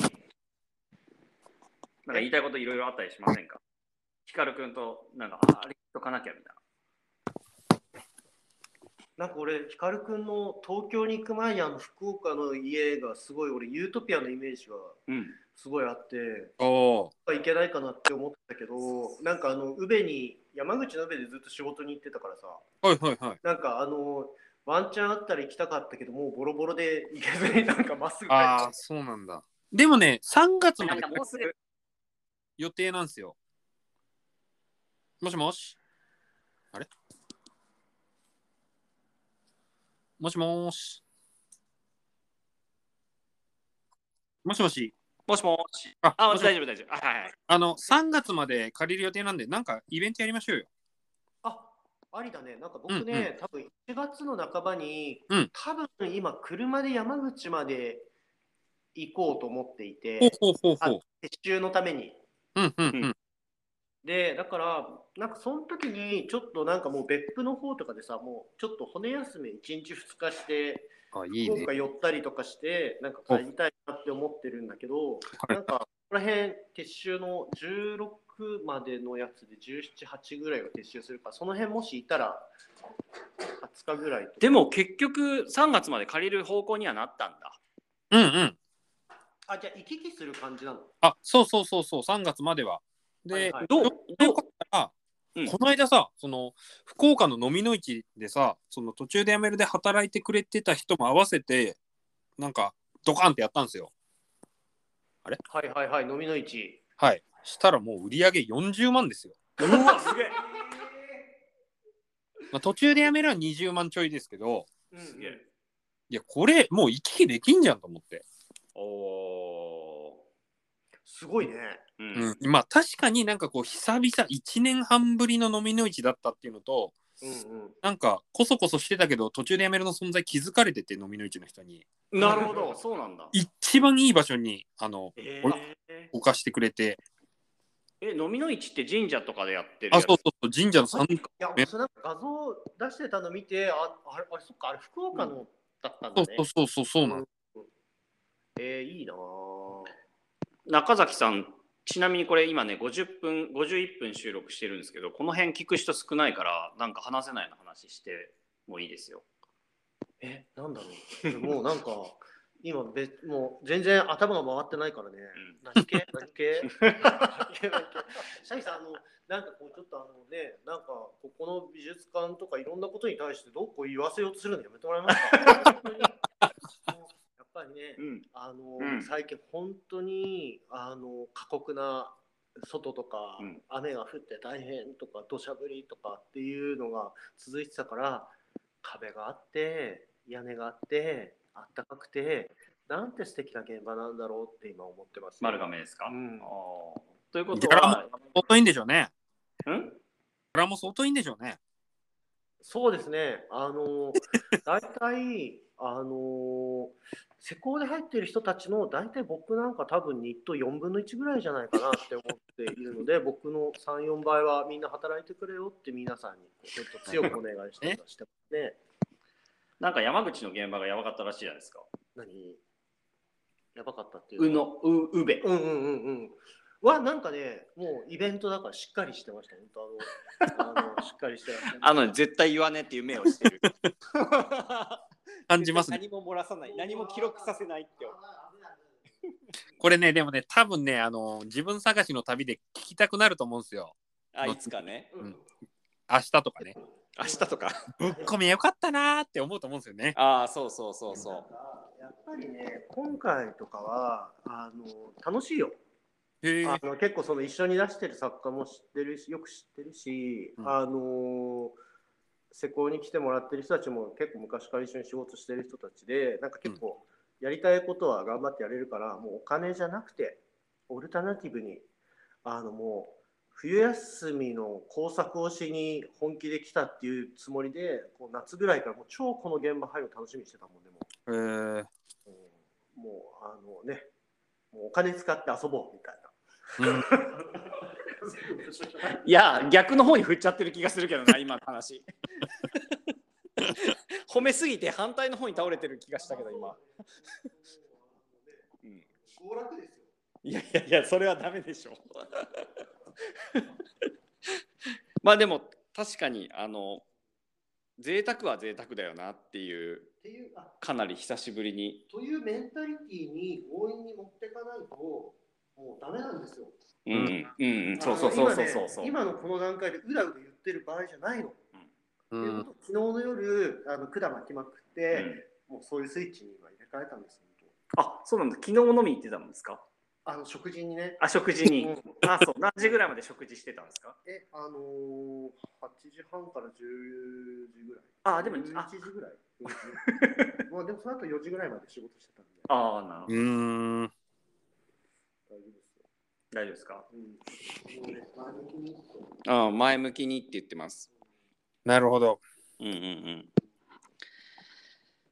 Speaker 5: なんか言いたいこといろいろあったりしませんかヒカルくんと、なんか、ああれ言っとかなきゃみたい
Speaker 1: なんか俺、ヒカルくんの東京に行く前にあの福岡の家がすごい俺、ユートピアのイメージが
Speaker 4: うん
Speaker 1: すごいあって、や
Speaker 6: お
Speaker 1: っぱ行けないかなって思ったけど、なんかあの、宇部に、山口の宇部でずっと仕事に行ってたからさ、
Speaker 6: はいはいはい。
Speaker 1: なんかあの、ワンチャンあったら行きたかったけど、もうボロボロで行けずになんかまっすぐ帰っちゃ
Speaker 6: あ [LAUGHS] あ、そうなんだ。でもね、3月まで
Speaker 3: もうすぐ
Speaker 6: 予定なんですよ。もしもしあれもしもーし。もしもし。
Speaker 5: な。もしもし。
Speaker 6: あ、
Speaker 5: あ、
Speaker 6: もしもし
Speaker 5: 大丈夫、大丈夫。あはいはい。
Speaker 6: あの、3月まで借りる予定なんで、なんかイベントやりましょうよ。
Speaker 1: あありだね、なんか僕
Speaker 6: うんう
Speaker 1: ね、多分1月の半ばに、
Speaker 6: うん
Speaker 1: 多分今、車で山口まで行こうと思っていて、
Speaker 6: ほうほうほうほう。
Speaker 1: 撤収のために。
Speaker 6: うんうんうん。
Speaker 1: で、だから、なんかその時に、ちょっとなんかもう別府の方とかでさ、もうちょっと骨休め1日2日して、
Speaker 6: あ、いい
Speaker 1: 今
Speaker 6: ね。
Speaker 1: 回寄ったりとかして、なんか帰りたいなって思ってるんだけど、
Speaker 6: い
Speaker 1: なんか、ここら辺、撤収の16までのやつで17、8ぐらいが撤収するから、その辺もしいたら、20日ぐらいと。
Speaker 4: でも結局3月まで借りる方向にはなったんだ。
Speaker 6: うんうん。
Speaker 1: あ、じゃあ行き来する感じなの
Speaker 6: あ、そうそうそうそう、3月までは。で、
Speaker 1: はいはい
Speaker 4: どうどう
Speaker 6: あ
Speaker 4: うん
Speaker 6: この間さ、その福岡の飲みの市でさ、その途中で辞めるで働いてくれてた人も合わせて、なんかドカンってやったんですよ。
Speaker 1: はいはいはい、飲みの市。
Speaker 6: はい。したらもう売り上げ40万ですよ。
Speaker 5: うわ、すげえ。
Speaker 6: まあ、途中で辞めるは20万ちょいですけど、
Speaker 1: す
Speaker 5: げえ
Speaker 6: いや、これもう行き来できんじゃんと思って。
Speaker 5: おお
Speaker 1: すごいね。
Speaker 5: ー。うん
Speaker 6: うん。まあ確かになんかこう久々1年半ぶりの飲みの市だったっていうのと、
Speaker 1: うんうん。
Speaker 6: なんかこそこそしてたけど途中で辞めるの存在気づかれてて飲みの市の人に。
Speaker 4: なるほど、そうなんだ。
Speaker 6: 一番いい場所にあの
Speaker 4: え
Speaker 6: ほら置かしてくれて
Speaker 4: え、飲みの市って神社とかでやってる
Speaker 6: あ
Speaker 4: やつ
Speaker 6: そうそうそう神社の参
Speaker 1: いや、俺それなんか画像出してたの見て、あ、あれ、あれそっか、あれ福岡のだったんだ
Speaker 6: そ
Speaker 1: ね
Speaker 6: う。そうそうそうそうなん
Speaker 1: えー、いいなぁ。
Speaker 4: 中崎さん、ちなみにこれ今ね、50分、51分収録してるんですけど、この辺聞く人少ないから、なんか話せないの話してもいいですよ。
Speaker 1: え、なんだろう。もうなんか、今別、もう全然頭が回ってないからね。何系何系何系何系シャイさん、あの、なんかこう、ちょっとあのね、なんか、ここの美術館とかいろんなことに対して、どうこう言わせようとするのやめてもらえますか本当にもう [LAUGHS] やっぱりね、
Speaker 4: うん。
Speaker 1: あの、
Speaker 4: うん
Speaker 1: 最近本当にあの過酷な外とか、
Speaker 4: うん
Speaker 1: 雨が降って大変とか土砂降りとかっていうのが続いてたから壁があって屋根があってあったかくてなんて素敵な現場なんだろうって今思ってます、
Speaker 4: 丸亀ですか、
Speaker 1: うん
Speaker 4: あーということ
Speaker 6: ギャラ
Speaker 4: は、
Speaker 6: 相当いいんでしょうね
Speaker 4: うん
Speaker 6: これも相当いいんでしょうね
Speaker 1: そうですね、あ
Speaker 4: [LAUGHS]
Speaker 1: の大体、あの施工で入っている人たちの大体僕なんか多分日当4分の1ぐらいじゃないかなって思っているので、僕の3、4倍はみんな働いてくれよって皆さんにちょっと強くお願いしてしてますね。
Speaker 4: なんか山口の現場がやばかったらしいじゃないですか。
Speaker 1: 何やばかったっていううは
Speaker 4: の、う、うべ。
Speaker 1: うんうんうんうん。はなんかね、もうイベントだからしっかりしてました、本当
Speaker 4: [LAUGHS]
Speaker 1: あのあのしっかりしてました、
Speaker 4: あのね、絶対言わねえっていう目をして [LAUGHS] る。
Speaker 6: 感じますね
Speaker 4: も漏らさない、何も記録させないって。
Speaker 6: これねでもね多分ねあの自分探しの旅で聞きたくなると思うんですよ
Speaker 4: あ、いつかね。
Speaker 6: 明日とかね
Speaker 4: 明日とか。
Speaker 6: ぶっ込みよかったなーって思うと思うんですよね
Speaker 4: ああ、そうそうそうそう。
Speaker 1: やっぱりね、今回とかはあの楽しいよ。
Speaker 6: へえ
Speaker 1: あの結構その一緒に出してる作家も知ってるしよく知ってるし、
Speaker 6: うん
Speaker 1: あのー施工に来てもらってる人たちも結構昔から一緒に仕事してる人たちでなんか結構やりたいことは頑張ってやれるから、もうお金じゃなくてオルタナティブにあのもう冬休みの工作をしに本気で来たっていうつもりでこう夏ぐらいからもう超この現場入るの楽しみにしてたもんでも
Speaker 6: えー
Speaker 1: う、うんもうあのねもうお金使って遊ぼうみたい
Speaker 6: う
Speaker 1: な。
Speaker 6: ん
Speaker 4: いや、逆の方に振っちゃってる気がするけどな、今の話。 [LAUGHS] 褒めすぎて反対の方に倒れてる気がしたけど、今。うん
Speaker 1: 娯楽ですよ。
Speaker 4: いやいやいや、それはダメでしょ。 [LAUGHS] まあでも、確かに、あの、贅沢は贅沢だよなっていう、
Speaker 1: っていうあ
Speaker 4: かなり久しぶりに。
Speaker 1: というメンタリティーに強引に持っていかないともうダメなんですよ。
Speaker 4: うん、うん、うん、そうそうそうそうそうそ
Speaker 1: あの
Speaker 4: う。
Speaker 1: 今ね今のこの段階でうだうだ言ってる場合じゃないの。
Speaker 6: う
Speaker 1: というこ
Speaker 6: ん
Speaker 1: とで昨日の夜あの管巻きまくっ
Speaker 4: う
Speaker 1: て、
Speaker 4: ん
Speaker 1: もうそういうスイッチに今入れ替えたんですよ。本
Speaker 4: あ、そうなんだ。昨日飲み行ってたんですか
Speaker 1: 当あの食事にね。
Speaker 4: あ、食事
Speaker 1: う
Speaker 4: に
Speaker 6: [LAUGHS]
Speaker 1: ん。
Speaker 4: あ、そう。何時ぐらいまで食事してたんですか
Speaker 1: えあのー、8時半から10時ぐらい。
Speaker 4: あでも
Speaker 1: 11
Speaker 4: あ
Speaker 1: 時ぐらい。
Speaker 4: [LAUGHS]
Speaker 1: うんまあでもその後4時ぐらいまで仕事してたんで
Speaker 4: ああ、なるほ
Speaker 6: うーん
Speaker 1: 大丈夫ですよ。
Speaker 4: 大丈夫ですか
Speaker 1: うん。もうね前向きに行くと
Speaker 4: ああ、前向きにって言ってます。
Speaker 6: なるほど
Speaker 4: うんうんうん。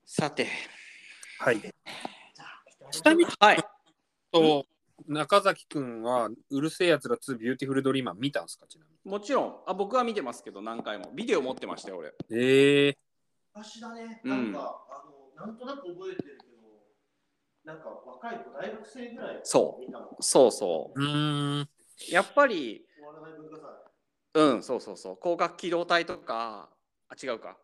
Speaker 4: さて、
Speaker 6: はい
Speaker 1: ち
Speaker 6: なみに
Speaker 4: はい。
Speaker 6: と中崎くんはうるせえやつら2ビューティフルドリーマー見たんですかちなみ
Speaker 4: もちろんあ、僕は見てますけど、何回も。ビデオ持ってましたよ、俺。
Speaker 6: にええ
Speaker 1: 昔だね、
Speaker 4: う
Speaker 1: なんんか、あの
Speaker 7: なんとなく覚えてるけど、なんか若い子、大学生ぐらい
Speaker 4: そう
Speaker 7: 見たの。
Speaker 4: そうそう
Speaker 6: ーん。
Speaker 4: うやっぱり
Speaker 7: 終わらない文化祭。
Speaker 4: うんそうそうそう光学機動隊とかあ違うか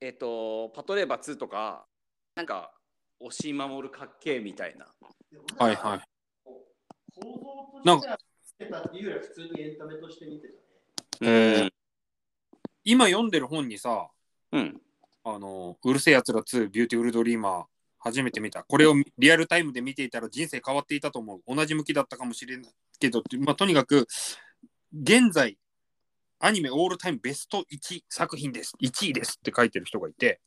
Speaker 4: えっ、とパトレーバー2とかなんか押し守るかっけーみたいな
Speaker 7: でも
Speaker 6: はいはい。
Speaker 7: 構造としてはつけたっていうよりは普通にエンタメとして見てたね。
Speaker 4: うん
Speaker 6: 今読んでる本にさ、
Speaker 4: うん
Speaker 6: あの、うるせえやつら2、ビューティフルドリーマー、初めて見た。これをリアルタイムで見ていたら人生変わっていたと思う。同じ向きだったかもしれないけどって、まあ、とにかく、現在、アニメオールタイムベスト1作品です。1位ですって書いてる人がいて、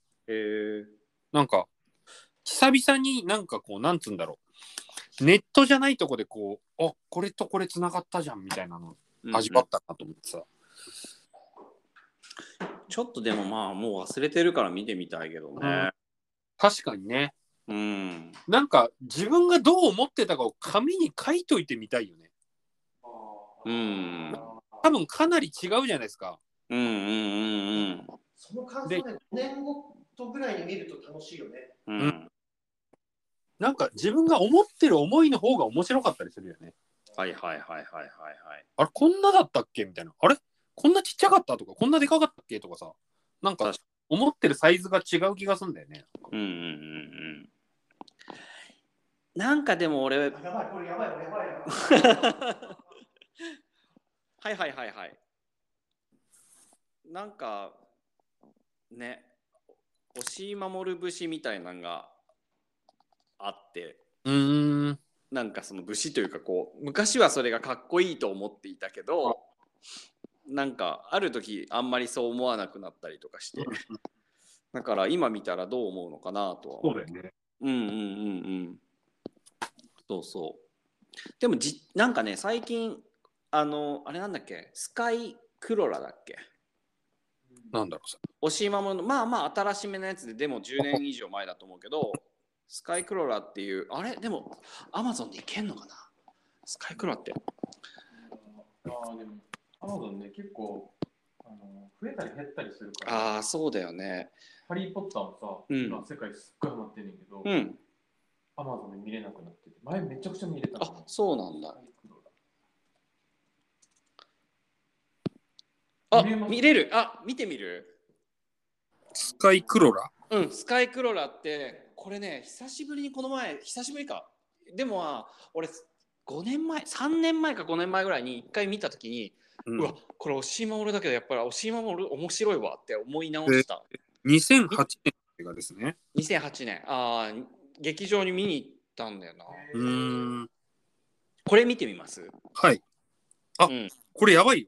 Speaker 6: なんか、久々になんかこう、なんつうんだろう。ネットじゃないとこでこう、あこれとこれつながったじゃんみたいなの味わったなと思ってさ。
Speaker 4: ちょっとでもまあもう忘れてるから見てみたいけどね
Speaker 6: 確かにね。
Speaker 4: うん、
Speaker 6: なんか自分がどう思ってたかを紙に書いといてみたいよね。
Speaker 4: うん、
Speaker 6: 多分かなり違うじゃないですか。
Speaker 4: うんうんうん
Speaker 7: その感想で5年後とぐらいに見ると楽しいよね。
Speaker 4: うんうん
Speaker 6: なんか自分が思ってる思いの方が面白かったりするよね。
Speaker 4: はいはいはいはいはいはい
Speaker 6: あれこんなだったっけみたいな。あれこんなちっちゃかったとかこんなでかかったっけとかさ。なんか
Speaker 4: 確
Speaker 6: 思ってるサイズが違う気がするんだよね。
Speaker 4: うんうんうんうんなんかでも [LAUGHS] 俺はい
Speaker 7: あやばい、これやばい、これやばいやばい。
Speaker 4: はいはいはいなんかね押し守る節みたいなのがあって
Speaker 6: うーん。
Speaker 4: なんかその武士というかこう昔はそれがかっこいいと思っていたけどなんかある時あんまりそう思わなくなったりとかしてだから今見たらどう思うのかなとは
Speaker 6: そうだよね。
Speaker 4: うんうんうんうんそうそうでもじなんかね最近あのあれなんだっけスカイクロラだっけ
Speaker 6: なんだろうさ。
Speaker 4: 押し守るのまあまあ新しめのやつででも10年以上前だと思うけどスカイクローラーっていうあれでもアマゾンでいけんのかなスカイクローラーって
Speaker 5: ああ、でも、アマゾンね、結構、あの増えたり減ったりするから、
Speaker 4: ああそうだよね
Speaker 5: ハリー・ポッターもさ、
Speaker 4: うん
Speaker 5: 今世界すっごいハマってんねんけど、
Speaker 4: うん
Speaker 5: アマゾンで見れなくなってて、前めちゃくちゃ見れた
Speaker 4: あ
Speaker 5: の。
Speaker 4: そうなんだ
Speaker 5: あ
Speaker 4: あ見れるあ見てみる
Speaker 6: スカイクロラ。
Speaker 4: うんスカイクローラーってこれね久しぶりにこの前久しぶりかでもまあ俺5年前3年前か5年前ぐらいに1回見た時に、う
Speaker 6: うん
Speaker 4: わこれ押し守るだけどやっぱり押し守る面白いわって思い直した
Speaker 6: 2008年映画ですね。
Speaker 4: 2008年ああ劇場に見に行ったんだよな
Speaker 6: うーん。
Speaker 4: これ見てみます
Speaker 6: はい。あ、
Speaker 4: うん
Speaker 6: これやばいよ。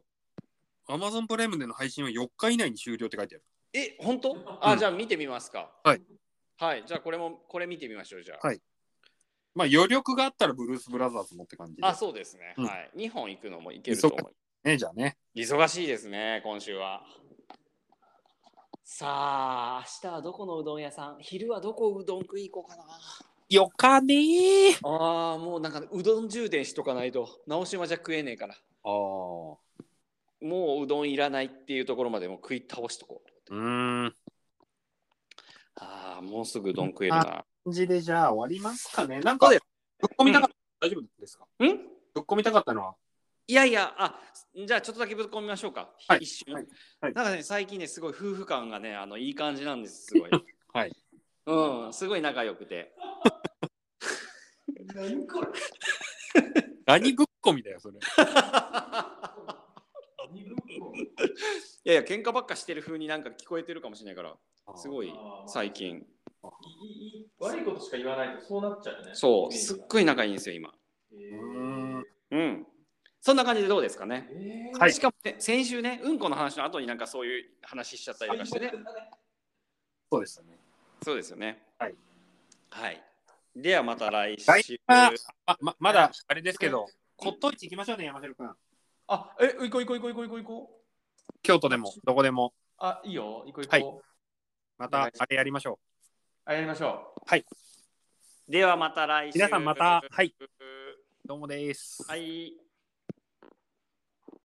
Speaker 6: Amazon プライムでの配信は4日以内に終了って書いてある。
Speaker 4: え本当あ、
Speaker 6: うん
Speaker 4: じゃあ見てみますか
Speaker 6: はい
Speaker 4: はいじゃあこれもこれ見てみましょうじゃあ、
Speaker 6: はいまあ余力があったらブルース・ブラザーズもって感じで
Speaker 4: あそうですね、
Speaker 6: うん
Speaker 4: はい2本行くのもいけると思う
Speaker 6: ね、じゃあね。
Speaker 4: 忙しいですね今週はさあ明日はどこのうどん屋さん昼はどこうどん食い行こうかな
Speaker 6: よかねー。
Speaker 4: あーもうなんかうどん充電しとかないと直島じゃ食えねえから
Speaker 6: ああ。
Speaker 4: もううどんいらないっていうところまでもう食い倒しとこう
Speaker 6: うーん。
Speaker 4: ああ、もうすぐうどん食えるな。
Speaker 6: 感じでじゃあ終わりますかね。なん
Speaker 4: そ
Speaker 6: か、
Speaker 4: う
Speaker 6: ぶっ
Speaker 4: だよ
Speaker 6: 込みたかった、大丈夫ですか
Speaker 4: ん
Speaker 6: ぶっ込みたかったのは。
Speaker 4: いやいや、あじゃあちょっとだけぶっ込みましょうか。
Speaker 6: はい
Speaker 4: 一瞬、
Speaker 6: はいはい
Speaker 4: なんかね、最近ね、すごい夫婦感がね、あのいい感じなん [LAUGHS] です、すごい。
Speaker 6: はい。
Speaker 4: うん、すごい仲良く [LAUGHS] て。
Speaker 7: 何これ
Speaker 6: 何ぶっ込みだよ、それ。
Speaker 7: 何ぶっこ
Speaker 4: いやいや、喧嘩ばっかしてる風になんか聞こえてるかもしれないから、すごい
Speaker 5: あー
Speaker 4: 最近。
Speaker 5: いいいい悪いことしか言わないとそうなっちゃうよね。
Speaker 4: そう、
Speaker 5: イメー
Speaker 4: すっ
Speaker 5: ジが
Speaker 4: ごい仲いいんですよ、今。
Speaker 5: え
Speaker 6: ん
Speaker 4: うん。そんな感じでどうですかね。
Speaker 5: ーえー
Speaker 6: はい
Speaker 4: しかも、ね、先週ね、うんこの話の後になんかそういう話しちゃったりとかしてね。
Speaker 6: そうでしたね。
Speaker 4: そうですよね。
Speaker 6: はい。
Speaker 4: はい。ではまた来
Speaker 6: 来
Speaker 4: 週。
Speaker 6: ああままだあれですけど、骨董市行きましょうね、山城君。
Speaker 5: あ、え、行こう行こう行こう行こう行こう。
Speaker 6: 京都でも、どこでも、
Speaker 5: あ、いいよ、行こう行こう。
Speaker 6: はいまたあれやりましょ
Speaker 5: あ、やりましょう。
Speaker 4: ではまた来週。
Speaker 6: 皆さんまたはい。う。どうもです。
Speaker 4: はい。